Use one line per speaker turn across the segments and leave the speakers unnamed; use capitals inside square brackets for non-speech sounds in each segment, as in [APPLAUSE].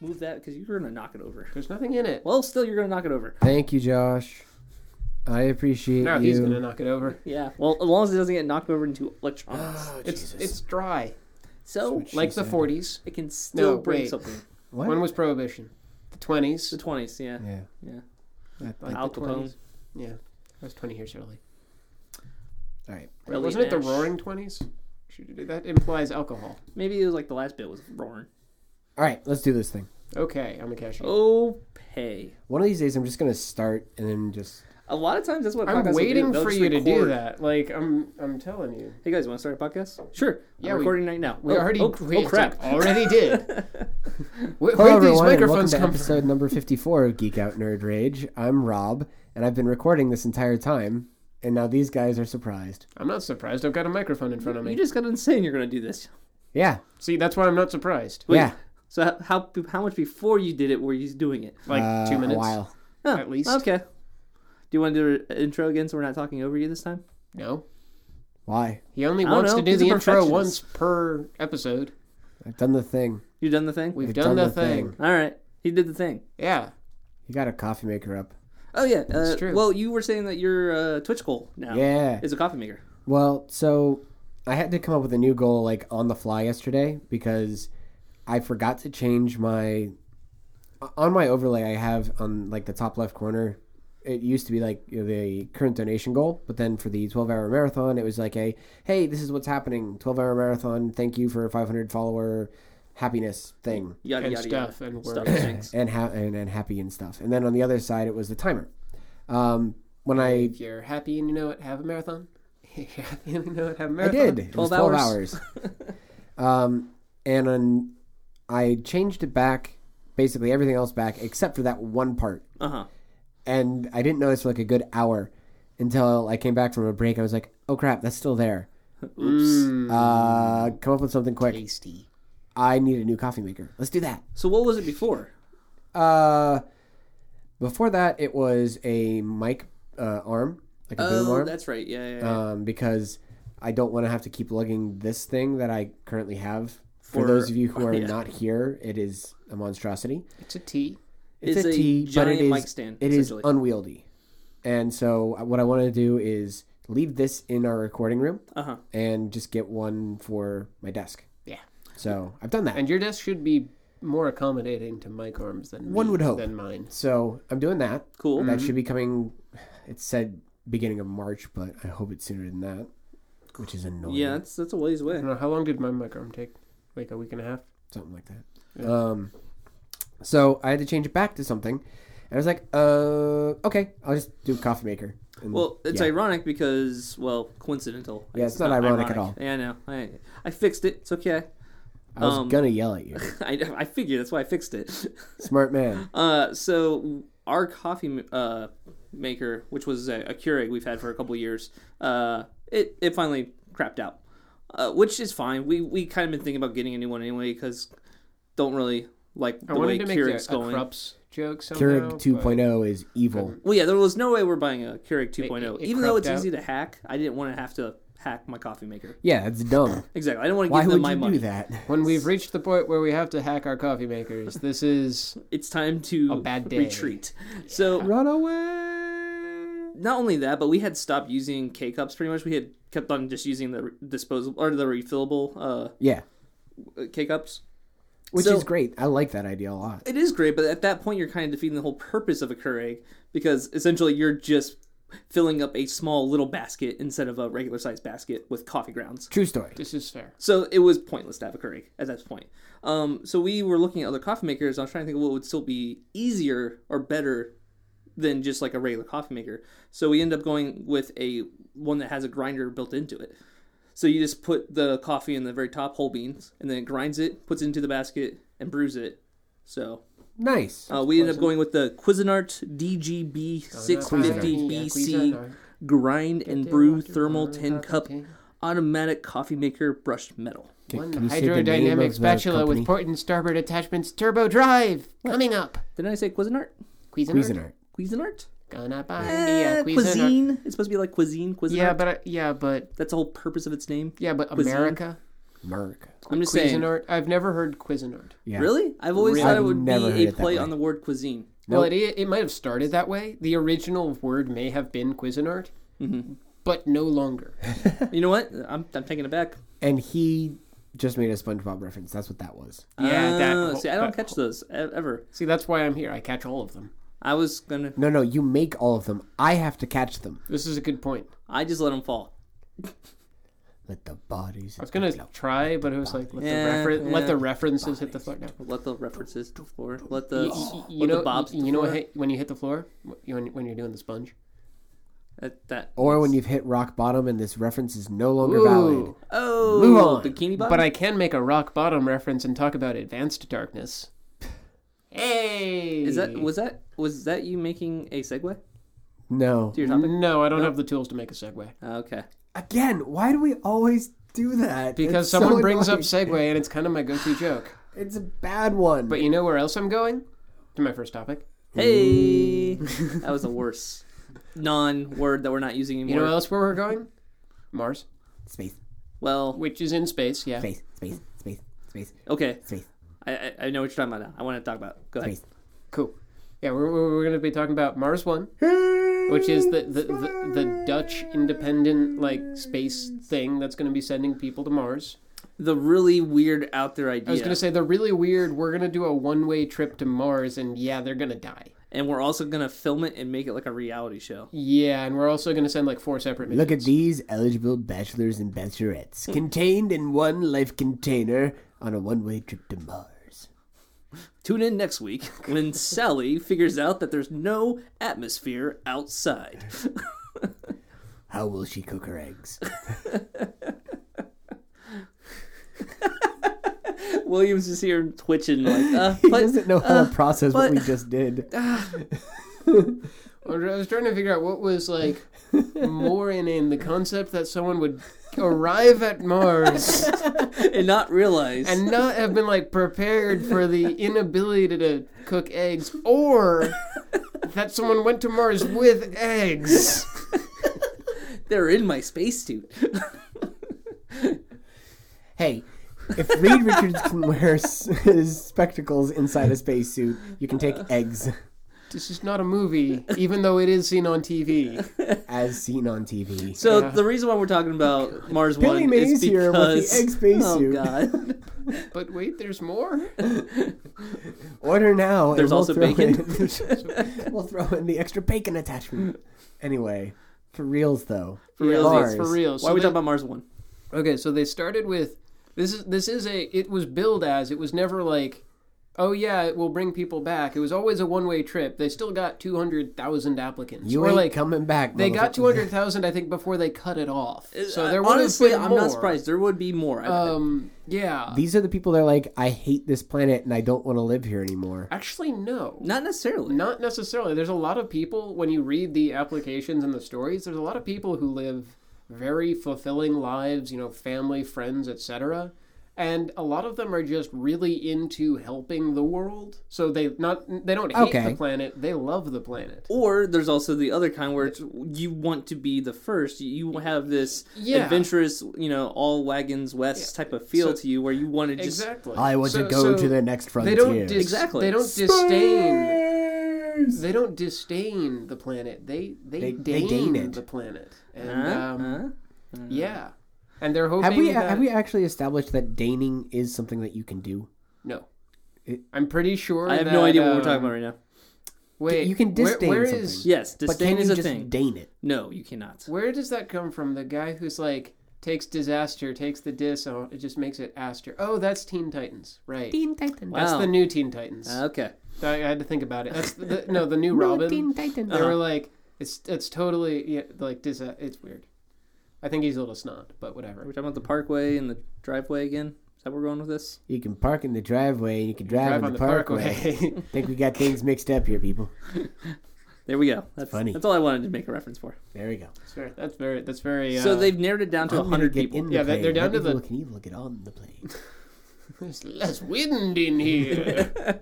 move that because you're gonna knock it over.
There's nothing in it.
Well, still you're gonna knock it over.
Thank you, Josh. I appreciate
No,
you.
he's gonna knock it over.
Yeah. Well, as long as it doesn't get knocked over into electronics,
Oh,
It's
Jesus.
it's dry,
so
She
like the
said.
40s.
it can still
No,
bring
wait.
something.
what?
When was Prohibition? The 20s.
The twenties, yeah.
yeah.
Yeah.
That-
Like
that-
Al
the
Capone.
20s. Yeah, I was 20 years early.
all right.
Really
Wasn't it the
Nash.
Roaring 20s? Should- That implies alcohol.
Maybe it was like the last bit was roaring.
All right. Let's do this thing.
Okay, I'm a cashier.
Oh, pay.
One of these days, I'm just gonna start and then just.
A lot of times that's what podcasts will
I'm
do.
waiting
They'll
for
just
you to do
record.
that. Like I'm, I'm telling you.
Hey guys, want to start a podcast? Sure.
Yeah,
I'm
we-
recording right now.
We
oh,
already,
oh,
we
oh crap.
already did.
[LAUGHS]
Where,
Hello,
where'd these
everyone, and welcome
microphones
to
come
episode number 54 of Geek Out Nerd Rage. I'm Rob, and I've been recording this entire time, and now these guys are surprised.
from? I'm not surprised. I've got a microphone in front of me.
You just got insane. You're gonna do this.
Yeah,
See, that's why I'm not surprised.
Wait,
yeah.
So how how much before you did it were you doing it?
Like
Uh,
two minutes.
A while.
Huh,
At least.
Okay. Do you want to do an intro again so we're not talking over you this time?
No,
Why?
he only
I don't
wants
know.
to do
He's a
the intro
perfectionist.
once per episode.
I've done the thing.
You done the thing?
We've
I've
done, the, thing.
All right. He did the thing.
Yeah.
You got a coffee maker up.
Oh yeah. Uh,
true.
Well, you were saying that your uh, Twitch goal now
Yeah.
is a coffee maker.
Well, so I had to come up with a new goal like on the fly yesterday because I forgot to change my on my overlay I have on like the top left corner. It used to be like you know, the current donation goal, but then for the 12 hour marathon, it was like a hey, this is what's happening 12 hour marathon. Thank you for 500 follower happiness thing
Yada
And
yada
stuff
yada.
and
stuff.
work.
[LAUGHS]
things.
and, ha- and and happy and stuff. And then on the other side, it was the timer. Um, when I
If you're happy and you know it, have a marathon. [LAUGHS] If you're happy and you know it, have a
I
marathon.
did. It
12
was 12 hours. um, and on, I changed it back, basically everything else back except for that one part.
Uh huh.
And I didn't notice for like a good hour until I came back from a break. I was like, oh crap, that's still there. Mm.
Oops.
Uh, come up with something quick.
Tasty.
I need a new coffee maker. Let's do that.
So what was it before?
Uh, before that, it was a mic uh, arm, like a boom
Oh,
arm.
that's right. Yeah, yeah. yeah.
um, because I don't want to have to keep lugging this thing that I currently have. For,
For-
those
[LAUGHS]
of you who are
yeah.
not here, it is a monstrosity.
It's a tea.
It's,
It's
a
a
tea, but
giant
it is
mic stand,
it is
essentially.
unwieldy. And so uh, what I want to do is leave this in our recording room
uh huh.
and just get one for my desk.
Yeah.
So I've done that.
And your desk should be more accommodating to mic arms than
One
me-
would hope.
than mine.
So I'm doing that.
Cool. Mm-hmm.
That should be coming. It said beginning of March, but I hope it's sooner than that, which is annoying.
Yeah, that's that's a ways
I
away.
Mm.
don't know how long did my mic arm take? Like a week and a half.
something like that. Um, so I had to change it back to something, and I was like, uh, okay, I'll just do coffee maker. And
Well, it's
yeah.
ironic because well, coincidental. I
Yeah,
guess
it's not ironic at all.
Yeah, I know. I I fixed it. It's okay. [LAUGHS]
I was
um,
gonna
[LAUGHS]
yell at you,
I I figured that's why I fixed it. [LAUGHS]
smart man.
Uh, so our coffee uh, maker, which was a, a Keurig we've had for a couple years, uh, it it finally crapped out, uh, which is fine. We we kind of been thinking about getting a new one anyway because don't really like the
I
way
wanted to make a, a
Keurig's going.
Krups joke somehow.
Keurig
but
2.0 is evil.
well, yeah, there was no way we're buying a Keurig 2.0.
It- it
Even though it's
crapped out.
easy to hack, I didn't want to have to hack my coffee maker.
Yeah, that's dumb.
Exactly. I didn't want to
Why
give
would
them
you
my
do
money.
that?
When we've reached the point where we have to hack our coffee makers, this is
It's time to
A bad day.
retreat. So
Run away.
not only that, but we had stopped using K cups pretty much. We had kept on just using the re- disposable or the refillable
Yeah,
uh, K cups.
which
So-
is great. I like that idea a lot.
It is great, but at that point, you're kind of defeating the whole purpose of a Keurig because essentially you're just filling up a small little basket instead of a regular sized basket with coffee grounds.
True story.
this is fair.
So it was pointless to have a Keurig at that point. Um, so we were looking at other coffee makers. And I was trying to think of what would still be easier or better than just like a regular coffee maker. So we end up going with a one that has a grinder built into it. So you just put the coffee in the very top, whole beans, and then it grinds it, puts it into the basket, and brews it. So
Nice.
uh, we ended up going with the Cuisinart DGB
Cuisinart.
650
Yeah,
BC
Cuisinart.
grind and
Get
brew
water,
thermal
water,
10
water,
cup
okay.
automatic coffee maker brushed metal.
Okay,
One
can you say the name of
hydrodynamic
the
spatula with
company?
port and starboard attachments, turbo drive. Coming up.
Didn't I say Cuisinart?
Cuisinart.
Cuisinart.
Cuisinart?
Gonna buy me
Eh,
a Cuisinart.
cuisine. It's supposed to be like cuisine, Cuisinart.
Yeah, but I, yeah, but
that's the whole purpose of its name.
yeah, but
Cuisine.
America.
Merc.
I'm just saying.
Cuisinart. I've never heard Cuisinart.
Yeah.
Really? I've always
Really?
thought it
I've
would be
never heard
a
it that
play
way.
on the word cuisine.
Well, it, it might have started that way. The original word may have been Cuisinart, but no longer.
You know what? I'm, I'm taking it back.
And he just made a SpongeBob reference. That's what that was.
Yeah, that
Oh,
whole-
see, I don't
that
catch those e- ever.
See, that's why I'm here. I catch all of them.
I was gonna.
No, no, you make all of them. I have to catch them.
This is a good point.
I just let them fall.
Let the bodies.
I was gonna try, but it was like let
Yeah,
the refer-
yeah.
let the references hit the floor. No.
Let the references to the floor. Let
Y-
the
y-
let
you
the
know,
bobs. to
you
the
know,
floor.
hey, when you hit the floor, wh- when, when you're doing the sponge.
That, that.
Or when you've hit rock bottom and this reference is no longer valid.
Ooh,
oh,
Move on.
bikini bottom.
but I can make a rock bottom reference and talk about advanced darkness. Hey,
Is that was that was that you making a segue
No.
to your topic?
no? I don't have the tools to make a segue
Okay.
Again, why do we always do that?
because
It's so
someone brings up
annoying.
segue and it's kind of my go-to joke.
It's a bad one.
But you know where else I'm going? To my first topic.
Hey,
[LAUGHS]
that was the worst non-word that we're not using
You
anymore.
know else where we're going? Mars,
space,
well,
which is in space. Yeah.
space, space, space, space,
okay.
space,
I, I I know what you're talking about now. I want to talk about. it. Go ahead.
space.
Cool. Yeah, we're, we're, we're going to be talking about Mars One, which is the, the, the, the Dutch independent like space thing that's going to be sending people to Mars.
The really weird out there idea,
I was going to say they're really weird. We're going to do a one way trip to Mars, and yeah, they're going to die.
and we're also gonna film it and make it like a reality show.
Yeah, and we're also going to send like four separate missions.
Look at these eligible bachelors and
Hmm.
bachelorettes contained in one life container on a one way trip to Mars.
Tune in next week
[LAUGHS]
when Sally figures out that there's no atmosphere
[LAUGHS]
outside.
How will she cook her eggs? [LAUGHS]
Williams is here twitching
[LAUGHS]
like, uh,
He
but
doesn't know how to process what
but-
we just did.
I was- I was trying to figure out what was like
[LAUGHS]
more in, in the concept that someone would arrive at
[LAUGHS]
Mars
and not realize
and not have been like prepared for the inability to, to cook eggs or that someone went to Mars with eggs.
they're in my spacesuit.
Hey, if Reed Richards can wear s- his spectacles inside a spacesuit, you can take eggs
This is not
[LAUGHS]
a movie, even though it is seen on TV.
as seen on TV.
So
Yeah.
the reason why we're talking about Mars One
Billy Oh, Mays
is
here with the
because
egg spacesuit.
[LAUGHS] oh god,
But wait,
[LAUGHS]
there's more.
Order now. and
There's
we'll
also
throw
bacon.
in- [LAUGHS] we'll throw in the extra bacon attachment. Anyway, for reals though.
For real,
Mars.
for real.
why are we talking about Mars One?
Okay, so they started with this is this is a it was billed as it was never like oh yeah it will bring people back. It was always a one way trip. They still got two hundred thousand applicants.
You
or
ain't
like
coming back.
they got
motherfucker.
two hundred thousand I think before they cut it off. So
Uh,
there would have
honestly,
been
I'm
more.
not surprised. There would be more. I-
Um, yeah.
These are the people that are like, I hate this planet and I don't want to live here anymore.
Actually, no.
not necessarily.
Not necessarily. There's a lot of people, when you read the applications and the stories, there's a lot of people who live very fulfilling lives, you know, family, friends, etc. And a lot of them are just really into helping the world. So they not they don't hate
Okay.
the planet, they love the planet.
Or there's also the other kind where it's, you want to be the first. You have this
Yeah.
adventurous, you know, all wagons west type of feel
So-
to you where you want to just.
exactly.
I want
So-
to go
so
to the next frontier.
They don't dis-
Exactly.
they don't disdain they don't disdain the planet. They they,
They- they
deign
deign it.
the planet. And
Huh?
um,
Huh?
yeah. And they're hoping
Have we
that...
have we actually established that dating is something that you can do?
No.
It-
I'm pretty sure.
I have
that,
no idea what we're
um,
talking about right now.
Wait,
You can
where-
disdain
where
something.
is-
Yes,
But
disdain
can you
is a
just
thing.
date it?
no, you cannot.
where does that come from? The guy who's like takes disaster, takes the dis, oh, it just makes it aster. Oh, that's Teen Titans, right?
Teen Titans.
Wow. Uh,
that's the new Teen Titans.
Okay.
I, I had to think about it. That's the, the,
[LAUGHS]
no the new Robin. Uh,
Titans.
They were
Uh-huh.
like, it's it's totally yeah, like dis. It's weird. I think he's a little snot, but
Are
whatever.
we talking about the parkway and the driveway again? Is that where we're going with this?
You can park in the driveway. You can drive,
Drive
on the, parkway.
[LAUGHS]
think we got things mixed up here, people.
There we go. That's
Funny.
That's all I wanted to make a reference for.
There we go.
That's very- that's very. That's very. Uh,
So
[LAUGHS]
they've narrowed it down to
Oh, I'm gonna
100
get
people.
in
Yeah,
the
they- they're
plane.
down
My
to the-
people Can evil get on the plane?
there's less wind in
[LAUGHS]
here.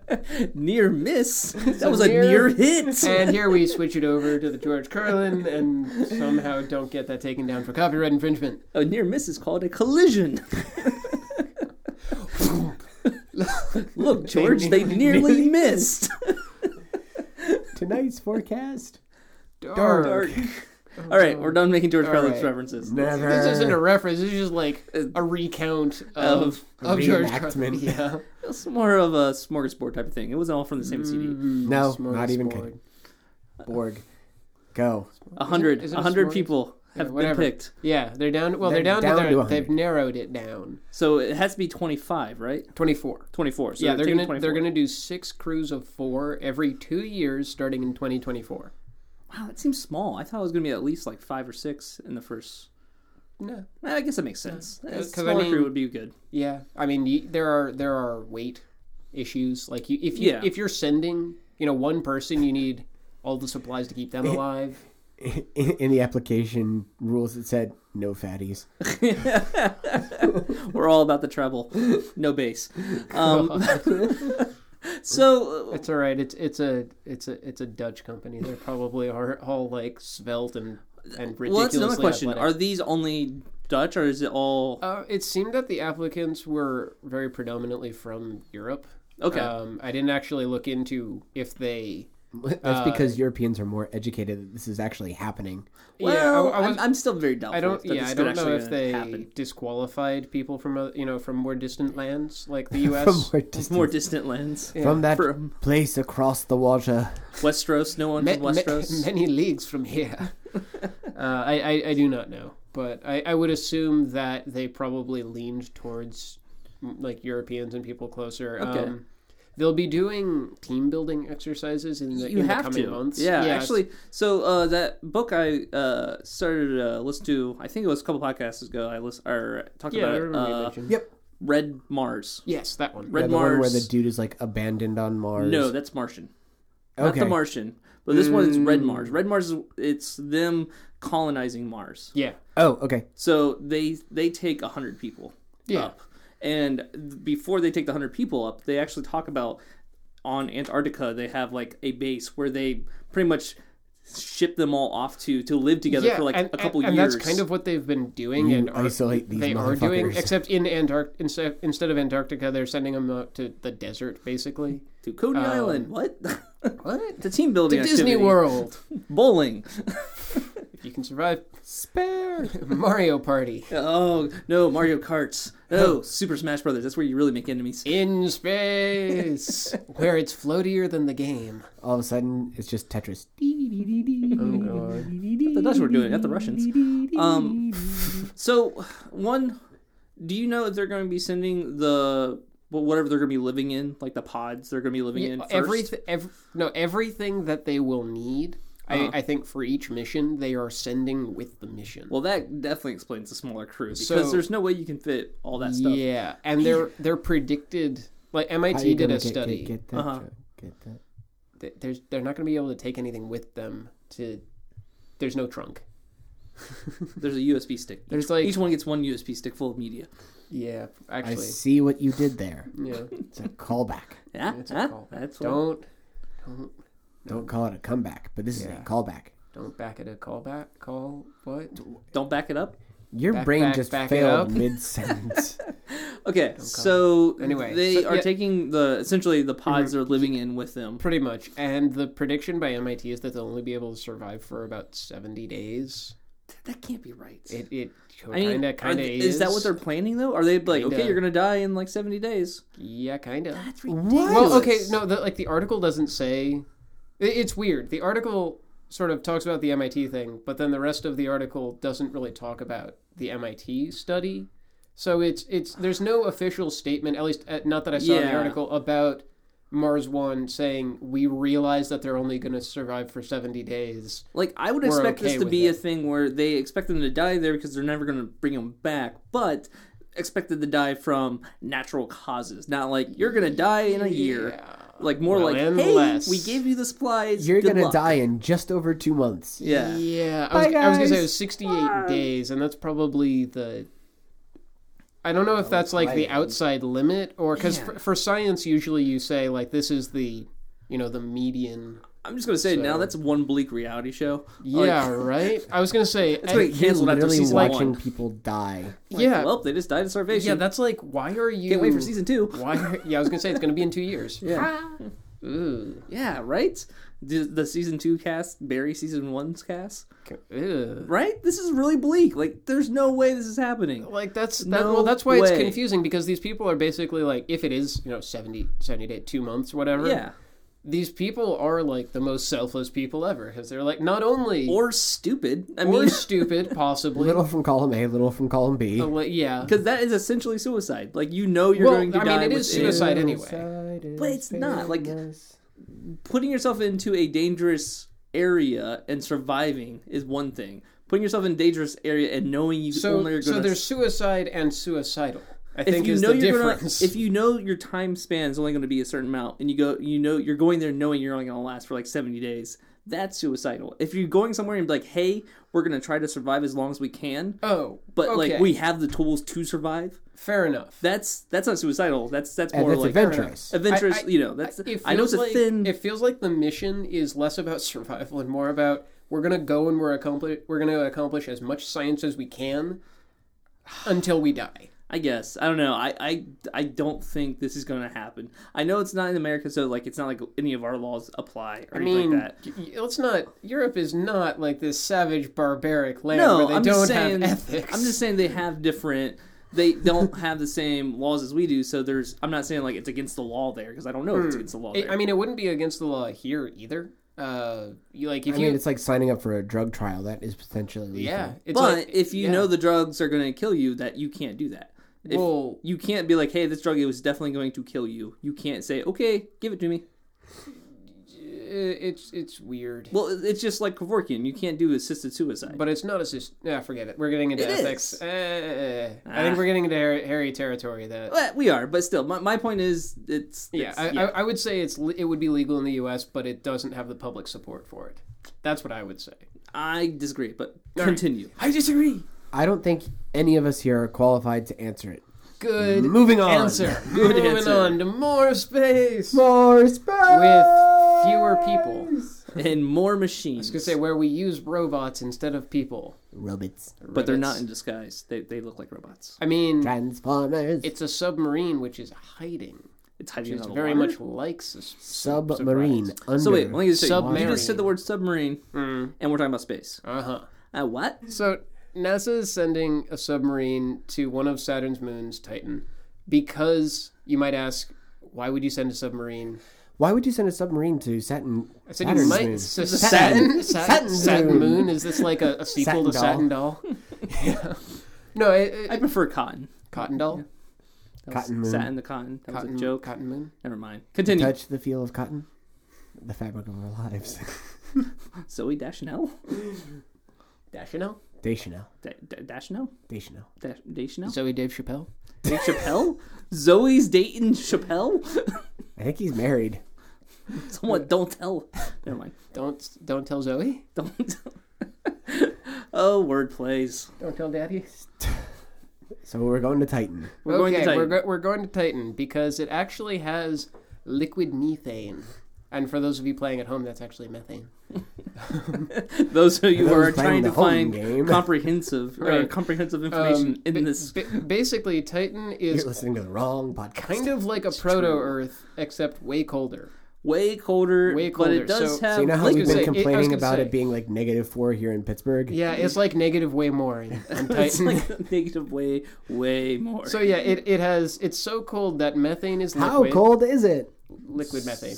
Near miss.
[LAUGHS]
That
So
was a near
near-
hit.
[LAUGHS] And here we switch it over to the George Carlin and somehow don't get that taken down for copyright infringement.
A near miss is called a collision. [LAUGHS] Look, George, they
[LAUGHS]
nearly missed.
Tonight's forecast.
Dark.
Dark. All right, we're done making George
All
Carlin's
right.
references.
Never.
This isn't a reference. This is just like a recount of
A
of George Car-
reenactment.
[LAUGHS] Yeah.
It's more of a smorgasbord type of thing. It wasn't all from the same
Mm.
CD.
Mm-hmm.
No, not even
Smorgasbord.
kidding. Borg. Go. [LAUGHS]
A hundred,
is it
a
a
hundred
smorgas-
people have been
whatever.
picked.
Yeah, they're down. Well,
They're
they're, down.
down
to
to
their,
100.
they've narrowed it down.
So it has to be twenty-five, right?
Twenty-four.
Twenty-four. So
yeah, they're
taking
gonna
24.
they're gonna do six crews of four every two years, starting in twenty twenty-four.
Wow, that seems small. I thought it was gonna be at least like five or six in the first.
No.
Eh, I guess that makes sense. A
'cause I
smaller
mean-
crew would be good.
Yeah, I mean you, there are there are weight issues. Like you, if you
Yeah.
if you're sending you know one person, you need all the supplies to
[LAUGHS]
keep them alive.
In, in the application rules, it said no fatties. [LAUGHS]
We're all about the treble, no bass.
[LAUGHS]
Um, [LAUGHS] so uh,
It's all right. It's it's a it's a it's a Dutch company. They probably are all like svelte and and ridiculously
well, that's another question.
athletic.
Are these only Dutch, or is it all?
Uh, it seemed that the applicants were very predominantly from Europe.
Okay.
Um, I didn't actually look into if they.
That's because Europeans are more educated that this is actually happening.
well,
yeah, I, I,
am
was,
I'm still very doubtful.
I don't.
that this
Yeah, I
could
don't
actually
know
uh,
if they
happen.
disqualified people from uh, you know from more distant lands like
[LAUGHS]
the
From
U.S.
more distant,
more distant lands.
from that
From-
place across the water.
Westeros, no one
Ma-
from
ma-
Westeros.
[LAUGHS] many leagues
[LAUGHS]
from here. uh, I, I I do not know, but I I would assume that they probably leaned towards mm, like Europeans and people closer.
Okay.
Um, They'll be doing team building exercises in the,
you
in
have
the coming
to.
months.
Yeah,
it's-
actually. So uh, that book I uh, started uh, listen to, I think it was a couple podcasts ago. I list, or talked
Yeah, I
about it.
remember you
Uh,
mentioned.
Yep.
Red Mars.
Yes, that one.
Red
Yeah, the
Mars.
one where the dude is like abandoned on Mars.
No, that's Martian. Not
okay.
the Martian, but this one is Red Mars.
Hmm.
Red Mars is it's them colonizing Mars.
Yeah.
Oh, okay.
So they they take hundred people
Yeah.
up, and before they take the hundred people up, they actually talk about on Antarctica they have like a base where they pretty much ship them all off to to live together
yeah,
for like
and,
a couple
and,
years.
And that's kind of what they've been doing.
You
and are,
isolate these
They are doing,
motherfuckers.
except in Antarct instead instead of Antarctica, they're sending them out to the desert, basically.
to Coney Island. What? [LAUGHS]
What?
the team building.
uh, To Disney
activity.
World.
bowling.
if you can survive
Spare.
Mario Party
Oh no, Mario Karts. Oh, Super Smash Brothers. That's where you really make enemies.
in space, where it's floatier than the game.
All of a sudden, it's just Tetris.
Oh, the Dutch were doing it, not the Russians.
[LAUGHS]
Um, so, one, do you know if they're going to be sending the well, whatever they're going to be living in, like the pods they're going to be living in? First?
Everything, ev- no, everything that they will need.
Uh-huh.
I, I think for each mission, they are sending with the mission.
Well, that definitely explains the smaller crew because
So-
there's no way you can fit all that stuff.
Yeah, and they're they're predicted. Like
E
MIT did a study.
Get, that
Uh-huh.
joke, Get that.
th- There's they're not going to be able to take anything with them. To there's no trunk.
There's a USB stick.
There's like
Each one gets one USB stick full of media.
yeah,
I
actually
see what you did there.
[LAUGHS]
yeah.
It's a callback.
Yeah,
That's a
huh?
call.
Ah, that's what-
Don't
Don't call it a comeback, but this is
Yeah.
a callback.
don't back at a callback call. What?
don't back it up.
Your
Back,
brain
back,
just
back it
[LAUGHS]
up.
failed mid sentence.
Okay, so
Anyway,
they
so-
are
yeah.
taking the essentially the pods
Mm-hmm.
they're living in with them.
Pretty much. And the prediction by MIT is that they'll only be able to survive for about seventy days.
That can't be right.
It it
I mean,
kind of
are
kind of
they- is that what they're planning though? Are they like, okay,
Kinda.
you're gonna die in like seventy days?
yeah kind of.
That's
Well, okay, no, the, like the article doesn't say. i- It's weird. The article sort of talks about the MIT thing, but then the rest of the article doesn't really talk about the MIT study. So it's it's there's no official statement, at least uh, not that I saw in
Yeah.
the article about Mars One saying we realize that they're only going to survive for seventy days.
Like I would
We're
expect
okay
this to
with
be
it.
a thing where they expect them to die there because they're never gonna bring them back, but expected to die from natural causes, not like you're gonna die in a year.
Yeah.
Like more
Well,
like,
unless-
hey, we gave you the supplies.
You're
good
gonna
luck."
die in just over two months.
Yeah.
Yeah, I was, I was gonna say it
guys.
was 68 days, and that's probably the. I don't know if that's like the outside limit, or because
Yeah.
for, for science, usually you say like this is the, you know, the median
I'm just gonna say now that's one bleak reality show. Like, [LAUGHS]
Yeah, right. I was gonna say.
That's what
and-
he canceled after
literally
season
watching
one.
people die.
Like,
yeah,
well, they just died of starvation.
yeah. That's like, why are you?
Can't wait for [LAUGHS] season two.
Why? Are, yeah, I was gonna say it's gonna be in two years.
[LAUGHS] Yeah.
Ooh,
Yeah, right? The, the season two cast bury season one's cast?
ew.
Right? This is really bleak. Like, there's no way this is happening.
Like that's that,
No
well, that's why it's
way.
confusing because these people are basically like, if it is you know 70, 70 day, two months, or whatever.
Yeah.
These people are like the most selfless people ever because they're like not only
Or stupid. I
or
mean, [LAUGHS]
stupid possibly,
Little from column A, little from column B.
Oh,
but, like, yeah.
because that is essentially suicide. Like, you know you're
Well,
going to
I mean,
die.
it is
within-
suicide. anyway.
Suicide
But
is
it's not, like-
famous.
Putting yourself into a dangerous area and surviving is one thing. Putting yourself in a dangerous area and knowing you
So
only are going
so
to
there's suicide and suicidal. I
if
think
you
is
know
the
you're
difference.
gonna, if you know your time span is only going to be a certain amount, and you go, you know, you're going there knowing you're only going to last for like 70 days. That's suicidal. If you're going somewhere and be like, hey, we're going to try to survive as long as we can,
[LAUGHS] oh,
but
okay.
like we have the tools to survive.
fair enough.
That's that's not suicidal. That's that's
And
more
that's
like uh,
adventurous.
adventurous.
I- I-
you know, that's
It
I know
feels
it's a
like,
thin.
It feels like the mission is less about [LAUGHS] survival and more about we're gonna go and we're accomplish we're gonna accomplish as much science as we can until we die.
I guess I don't know. I I, I don't think this is going to happen. I know it's not in America, so like it's not like any of our laws apply or
I
anything
mean,
like that.
y- y- let's not. Europe is not like this savage, barbaric land
No,
where they
I'm
don't
just saying.
have ethics.
I'm just saying they have different. They don't have the same laws as we do. So there's. I'm not saying like it's against the law there because I don't know if it's against the law.
Hmm. It-
There.
[LAUGHS] I mean, it wouldn't be against the law here either. Uh, you like if
I
you,
mean, it's like signing up for a drug trial. That is potentially lethal.
yeah, it's
but
like,
if you
yeah.
know the drugs are going to kill you, that you can't do that. If
Well-
you can't be like, hey, this drug is definitely going to kill you. You can't say, okay, give it to me.
i- it's it's weird.
Well, it- it's just like Kevorkian. You can't do assisted suicide.
But it's not as just. Nah, forget it. We're getting into
It
ethics.
is.
Eh, I
Ah.
think we're getting into hairy, hairy territory. That
But we are. But still, my, my point is, it's,
yeah,
it's-
I, I, I would say it's le- it would be legal in the U.S., but it doesn't have the public support for it. That's what I would say.
I disagree. But
right.
continue.
I disagree.
I don't think any of us here are qualified to answer it.
Good
Moving on.
answer.
[LAUGHS]
Good
Moving
answer.
on to more space.
More space
With fewer people. I was
And more machines.
gonna say where we use robots instead of people,
Robots,
but they're not
Robots.
in disguise. They they look like robots.
I mean,
transformers,
it's a submarine which is hiding.
It's hiding
It's
under the
very
water.
much like sus-
submarine. Under.
So wait, let me just say, you
Submarine. Mm.
just said the word submarine, and we're talking about space.
Uh huh.
Uh, what?
So NASA is sending a submarine to one of Saturn's moons, Titan, because you might ask, why would you send a submarine?
Why would you send a submarine to Saturn?
I said
Saturn's
you might.
moon?
So
Saturn.
Saturn, Saturn,
Saturn
Saturn
moon.
moon. Is this like a, a sequel to
Saturn doll.
Saturn doll? [LAUGHS] yeah. No, it,
I
it,
prefer cotton.
cotton doll.
That
Cotton
was
moon.
Satin the cotton. That
Cotton
was a joke.
Cotton moon.
Never mind. Continue.
Touch the feel of cotton, the fabric of our lives. [LAUGHS]
Zoe Dashnell.
Dashanel.
Deschanel,
Da- Da- Dashnell.
Deschanel.
Da- Dashnell.
Zoe Dave Chappelle.
Dave Chappelle. Zoe's dating Chappelle.
I think he's married.
Someone don't tell. Never mind.
Don't don't tell Zoe.
Don't. Tell. [LAUGHS] oh, word plays.
Don't tell Daddy.
So we're going to Titan.
We're
okay,
going to Titan.
We're, go- we're going to Titan because it actually has liquid methane. And for those of you playing at home, that's actually methane.
Those of you who
Those
are
playing
trying
the
to
home
find
game.
comprehensive or
Right.
comprehensive information
Um,
in
ba-
this
ba- basically, Titan
You're
is
listening to the wrong podcast.
kind of like a proto Earth, except way colder.
way colder,
Way
but it
colder.
does
So-
have
So you know how
I was
liquid
we've
gonna
been
say- I was
complaining
gonna
about
say-
it being like negative four here in Pittsburgh.
Yeah, it's like negative way more [LAUGHS] in, in
[LAUGHS] It's
Titan.
like a negative way, way more.
so yeah, it, it has it's so cold that methane is
How
liquid.
cold is it?
Liquid methane.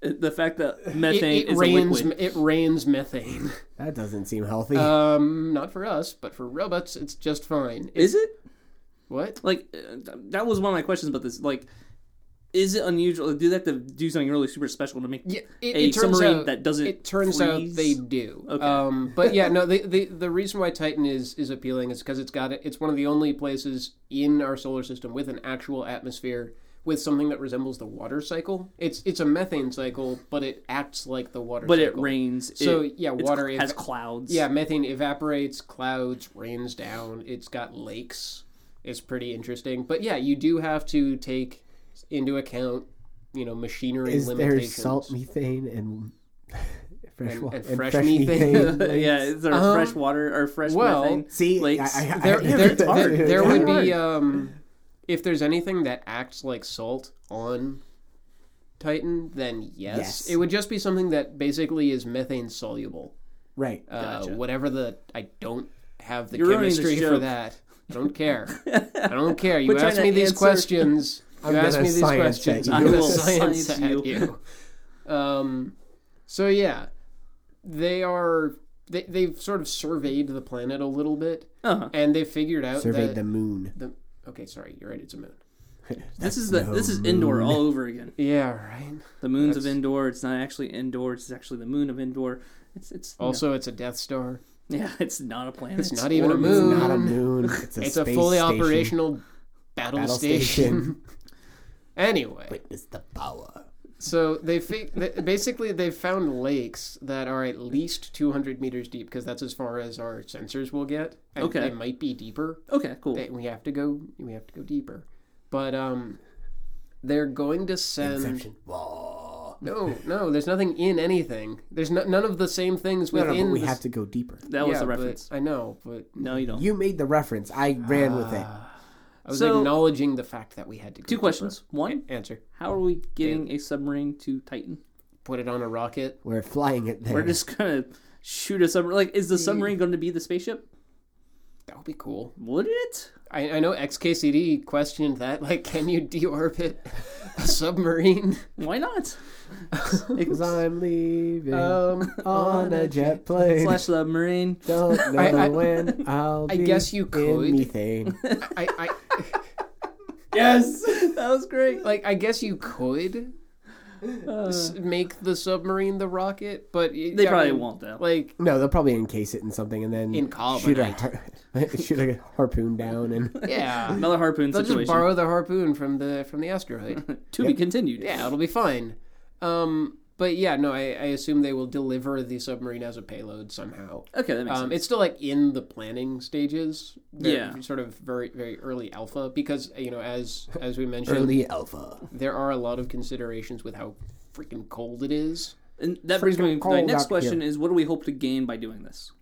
the fact that
It,
methane
it
is a
rains.
liquid.
It rains methane. [LAUGHS]
That doesn't seem healthy.
Um, not for us, but for robots, it's just fine. It,
Is it
what?
like uh, th- that was one of my questions about this? Like, is it unusual? Like, do they have to do something really super special to make
Yeah, it,
a
it turns
submarine
out,
that doesn't?
it turns out
freeze?
they do. Um, but yeah, no, the, the the reason why Titan is is appealing is because it's got it. It's one of the only places in our solar system with an actual atmosphere with something that resembles the water cycle. It's it's a methane cycle, but it acts like the water.
but it
cycle.
rains.
So
it,
yeah,
it's-
water is
has clouds.
yeah methane evaporates, clouds, rains down. It's got lakes. It's pretty interesting, but yeah, you do have to take into account you know machinery
is there
limitations.
salt methane and [LAUGHS] fresh
And-
water
and fresh methane. [LAUGHS]
yeah, is there
Um,
fresh water or fresh
well,
methane?
See,
Lakes.
I, I,
there,
I,
there,
it's hard.
there, there would
Hard.
be um, if there's anything that acts like salt on Titan, then yes,
Yes.
it would just be something that basically is methane soluble.
right.
Uh,
Gotcha.
Whatever the I don't have the
You're ruining this
chemistry for
joke.
that. I don't care. I don't care. You
Quit
ask
trying
me
to
these
answer.
questions. You
I'm
ask
gonna
me these
science at
questions.
you.
I'm
I
gonna
will
science
science
at you. Um, so yeah, they are. They, they've sort of surveyed the planet a little bit,
Uh-huh.
and they figured out
Surveyed
that
the moon.
the okay, sorry, you're right. It's a moon.
This is the this is indoor all over again.
Yeah, right.
The moons of
That's-
indoor. It's not actually indoor. It's actually the moon of indoor. It's it's you know,
[LAUGHS] Also, it's a Death Star.
[LAUGHS] yeah. It's not a planet.
It's not even
or
a
It's
moon.
not
[LAUGHS]
a moon. It's a,
It's a
space
fully
station.
operational battle,
Battle
station.
station.
[LAUGHS] anyway,
Witness the power.
so they fi- th- basically they found lakes that are at least 200 meters deep because that's as far as our sensors will get. And
Okay.
they might be deeper.
Okay, cool.
They, we have to go. We have to go deeper. But um, they're going to send.
Inception. Whoa.
No, no. There's nothing in anything. There's no, none of the same things
No,
within.
no, but we
the
have to go deeper.
that was
Yeah,
the
but-
reference.
I know, but
No, you don't.
You made the reference. I ran with it.
Ah. I was
So-
acknowledging the fact that we had to. Go
Two
deeper.
questions. One,
Answer.
how are we getting a submarine to Titan?
Put it on a rocket.
We're flying it there.
We're just gonna shoot a submarine. Like, is the submarine going to be the spaceship?
That would be cool.
Would it?
I, I know XKCD questioned that. Like, can you deorbit a submarine?
Why not?
[LAUGHS] Cause I'm leaving
Um,
on a jet plane.
Slash submarine.
Don't
[LAUGHS]
know
I- I- [LAUGHS]
when I'll
I
be
guess you
in
could. [LAUGHS]
methane.
I, I
Yes, [LAUGHS] that was great.
like. I guess you could s- make the submarine the rocket, but it-
They
I
probably
mean,
won't though. [LAUGHS]
Like,
No, they'll probably encase it in something and then
In
shoot a
carbonite.
har- [LAUGHS] shoot a harpoon down and
[LAUGHS] yeah,
Another harpoon
they'll
situation.
just borrow the harpoon from the from the asteroid.
[LAUGHS] to be continued.
Yeah, it'll be fine. Um, but yeah, no, I, I assume they will deliver the submarine as a payload somehow.
Okay, that makes
Um,
sense.
it's still like in the planning stages. They're
Yeah.
sort of very very early alpha because you know as as we mentioned,
early alpha.
there are a lot of considerations with how freaking cold it is.
And that brings me to my
cold
next
up
question: Is what do we hope to gain by doing this?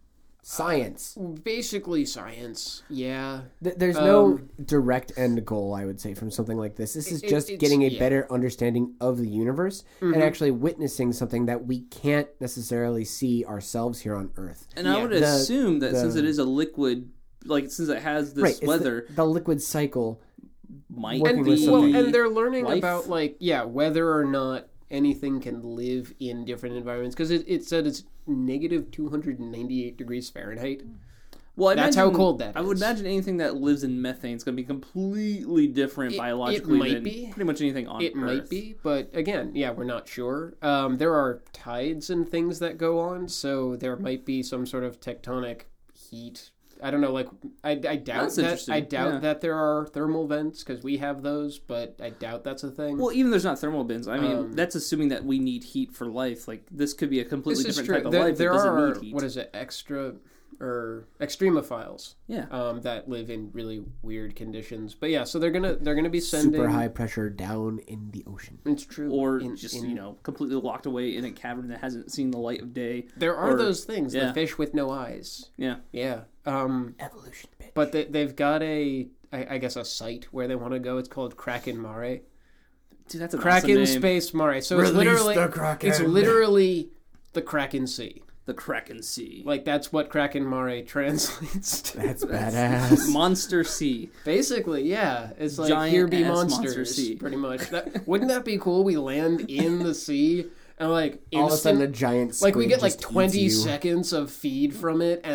Science.
Basically, science. Yeah,
Th- There's no direct end goal, I would say, from something like this. This is
Um, It-
just
it's-
getting a
yeah. Mm-hmm.
better understanding of the universe and actually witnessing something that we can't necessarily see ourselves here on Earth.
And I
Yeah.
would
The-
assume that since
the-
it is a liquid, like since it has this
Right, it's the-
weather,
the, liquid cycle.
might
working with
be
well,
something.
and they're learning
life.
about like yeah whether or not anything can live in different environments because it, it said it's negative 298 degrees fahrenheit
Well, I
That's how
imagine-
cold that
I would
is.
imagine anything that lives in methane is going to be completely different
It- it
biologically
might
than
be.
pretty much anything on
it
Earth.
might be but again yeah we're not sure um, there are tides and things that go on so there might be some sort of tectonic heat i don't know like i, I doubt
That's
that
interesting,
i doubt
yeah.
that there are thermal vents because we have those but i doubt that's a thing
Well, even there's not thermal bins. I mean,
Um,
that's assuming that we need heat for life. Like this could be a completely
this is
different
true
type of
there,
life
there
that doesn't
are
need heat.
what is it extra or extremophiles
yeah.
um, that live in really weird conditions. But yeah, so they're gonna they're gonna be sending
Super high pressure down in the ocean.
It's true.
Or
In-
just
in-
you know completely locked away in a cavern that hasn't seen the light of day.
there are
or-
those things. The
yeah.
fish with no eyes.
Yeah.
Yeah. Um,
Evolution, bitch.
but they they've got a I, I guess a site where they want to go. It's called Kraken Mare.
Dude, that's an
Kraken
awesome name.
Space Mare. So it's
Release
literally
the Kraken.
it's literally the Kraken Sea.
the Kraken Sea,
Like that's what Kraken Mare [LAUGHS] translates to. [LAUGHS]
[LAUGHS] That's badass.
Monster Sea.
Basically, yeah, it's like
Giant
here be
ass
monsters,
monster sea.
pretty much. That, wouldn't that be cool? We land in the sea and like instant,
All of a sudden, a giant squid
like we get like
just eats
twenty
you.
seconds of feed from it, oh,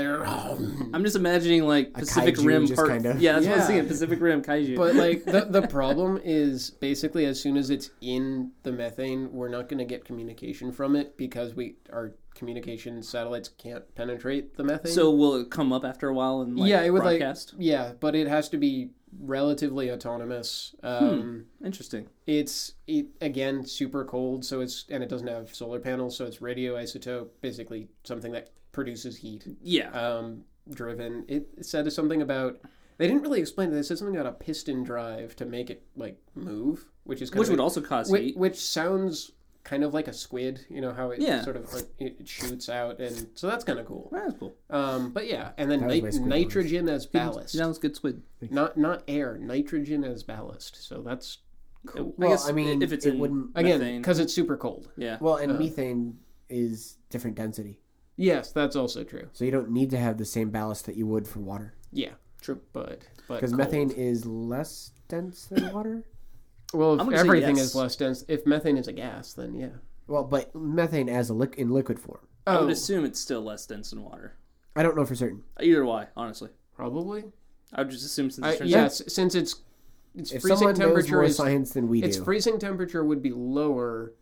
and
I'm just imagining like Pacific
kaiju,
Rim
just
part.
kind of.
Yeah, that's what
Yeah.
I'm thinking. Pacific Rim kaiju.
but like the the problem is basically as soon as it's in the methane, we're not going to get communication from it because we our communication satellites can't penetrate the methane.
so will it come up after a while and like,
yeah, it would
broadcast?
like yeah, but it has to be relatively autonomous.
Hmm.
Um,
Interesting.
it's it again super cold so it's and it doesn't have solar panels so it's radioisotope basically something that produces heat
Yeah.
um driven it said something about they didn't really explain it they said something about a piston drive to make it like move which is kind
which
of
would also cause
which,
heat.
which sounds kind of like a squid. You know how it
Yeah.
sort of like, it it shoots out, and so that's kind of cool.
That's cool.
Um, but yeah, and then
That was my
nit-
squid
nitrogen as ballast,
Sounds good, squid.
not not air, nitrogen as ballast. So that's cool.
Well,
I guess
I mean,
if it's
it
in uh,
wouldn't-
Again,
methane,
because it's super cold.
yeah,
Well, and methane is different density,
Yes, that's also true.
so you don't need to have the same ballast that you would for water
Yeah,
True.
But but
because
cold.
methane is less dense than [COUGHS] water.
Well,
I'm
if
gonna say
everything
yes.
is less dense, if methane is a gas, then yeah.
Well, but methane as a liq in liquid form.
I would
Oh,
assume it's still less dense than water.
I don't know for certain.
Either way, honestly,
probably.
I would just assume since
I,
it turns out
yes, since it's it's
If
freezing
someone knows
temperature
more
is
science than we
its
do,
freezing temperature would be lower.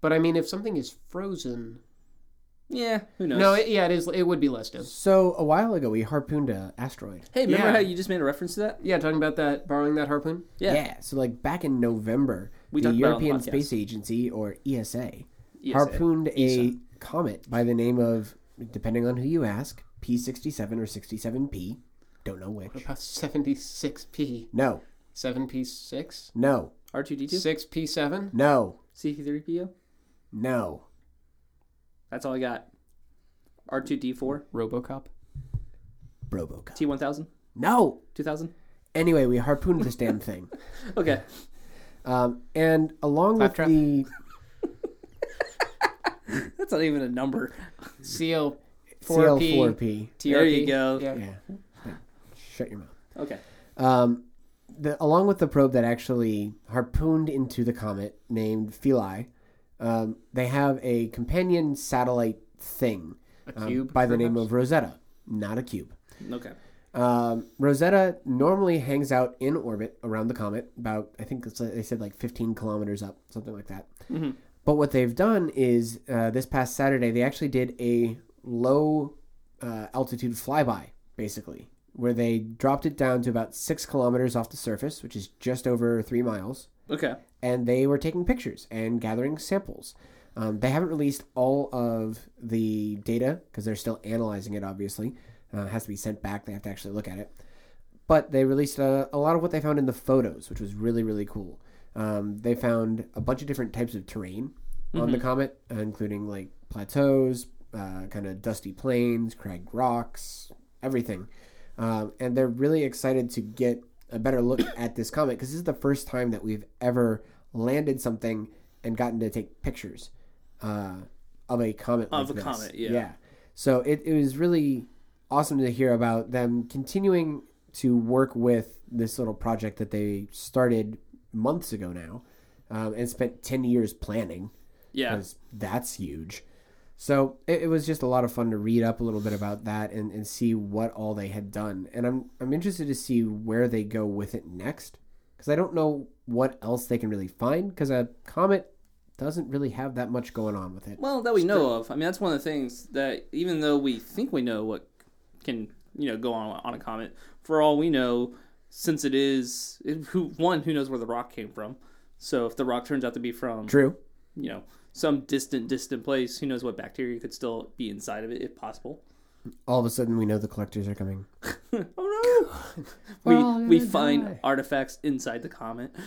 But I mean, if something is frozen,
yeah, who knows?
no, it, yeah, it is. It would be less dense.
so a while ago we harpooned a asteroid.
hey, remember
yeah.
how you just made a reference to that?
Yeah, talking about that, borrowing that harpoon.
Yeah.
So like back in November,
We
the
talked about it on the
European
podcast.
Space Agency or E ESA,
Yes,
harpooned
ESA.
a comet by the name of, depending on who you ask, P sixty seven or sixty seven P. Don't know which.
About seventy-six p,
No,
seven p six,
no,
R two D two,
six p seven.
no,
C three PO.
no.
That's all I got. R two D four,
RoboCop.
Robocop.
T one thousand,
No.
two thousand.
Anyway, we harpooned this damn thing,
Okay,
um, and along with
Claptrap.
the
[LAUGHS] that's not even a number.
CL four p.
CL4P.
There you go.
Yeah.
Yeah. Yeah. Shut your mouth.
Okay,
Um, the, along with the probe that actually harpooned into the comet named Philae, um, they have a companion satellite thing um,
cube,
by the name
perhaps?
of Rosetta, not a cube.
okay.
Um, Rosetta normally hangs out in orbit around the comet, about I think it's, they said like 15 kilometers up, something like that. But what they've done is uh, this past Saturday they actually did a low uh, altitude flyby, basically, where they dropped it down to about six kilometers off the surface, which is just over three miles,
Okay.
and they were taking pictures and gathering samples. Um, they haven't released all of the data because they're still analyzing it. Obviously, uh, it has to be sent back. They have to actually look at it. But they released a, a lot of what they found in the photos, which was really really cool. Um, they found a bunch of different types of terrain on the comet, including like plateaus, uh, kind of dusty plains, crag rocks, everything. Um, and they're really excited to get a better look [COUGHS] at this comet because this is the first time that we've ever landed something and gotten to take pictures uh, of a comet.
Of
like
a
this.
comet, yeah.
Yeah. So it, it was really awesome to hear about them continuing to work with this little project that they started months ago now um, and spent 10 years planning
Yeah.
because that's huge. So it, it was just a lot of fun to read up a little bit about that and, and see what all they had done. And I'm I'm interested to see where they go with it next because I don't know what else they can really find because a comet doesn't really have that much going on with it.
Well, that we know of. I mean, that's one of the things that even though we think we know what can you know go on on a comet, for all we know, since it is it, who one who knows where the rock came from. So if the rock turns out to be from
True.
you know some distant distant place, who knows what bacteria could still be inside of it if possible.
All of a sudden, we know the collectors are coming.
Oh no!
We're
[LAUGHS]
all
we we
gonna
find
die.
artifacts inside the comet.
[LAUGHS]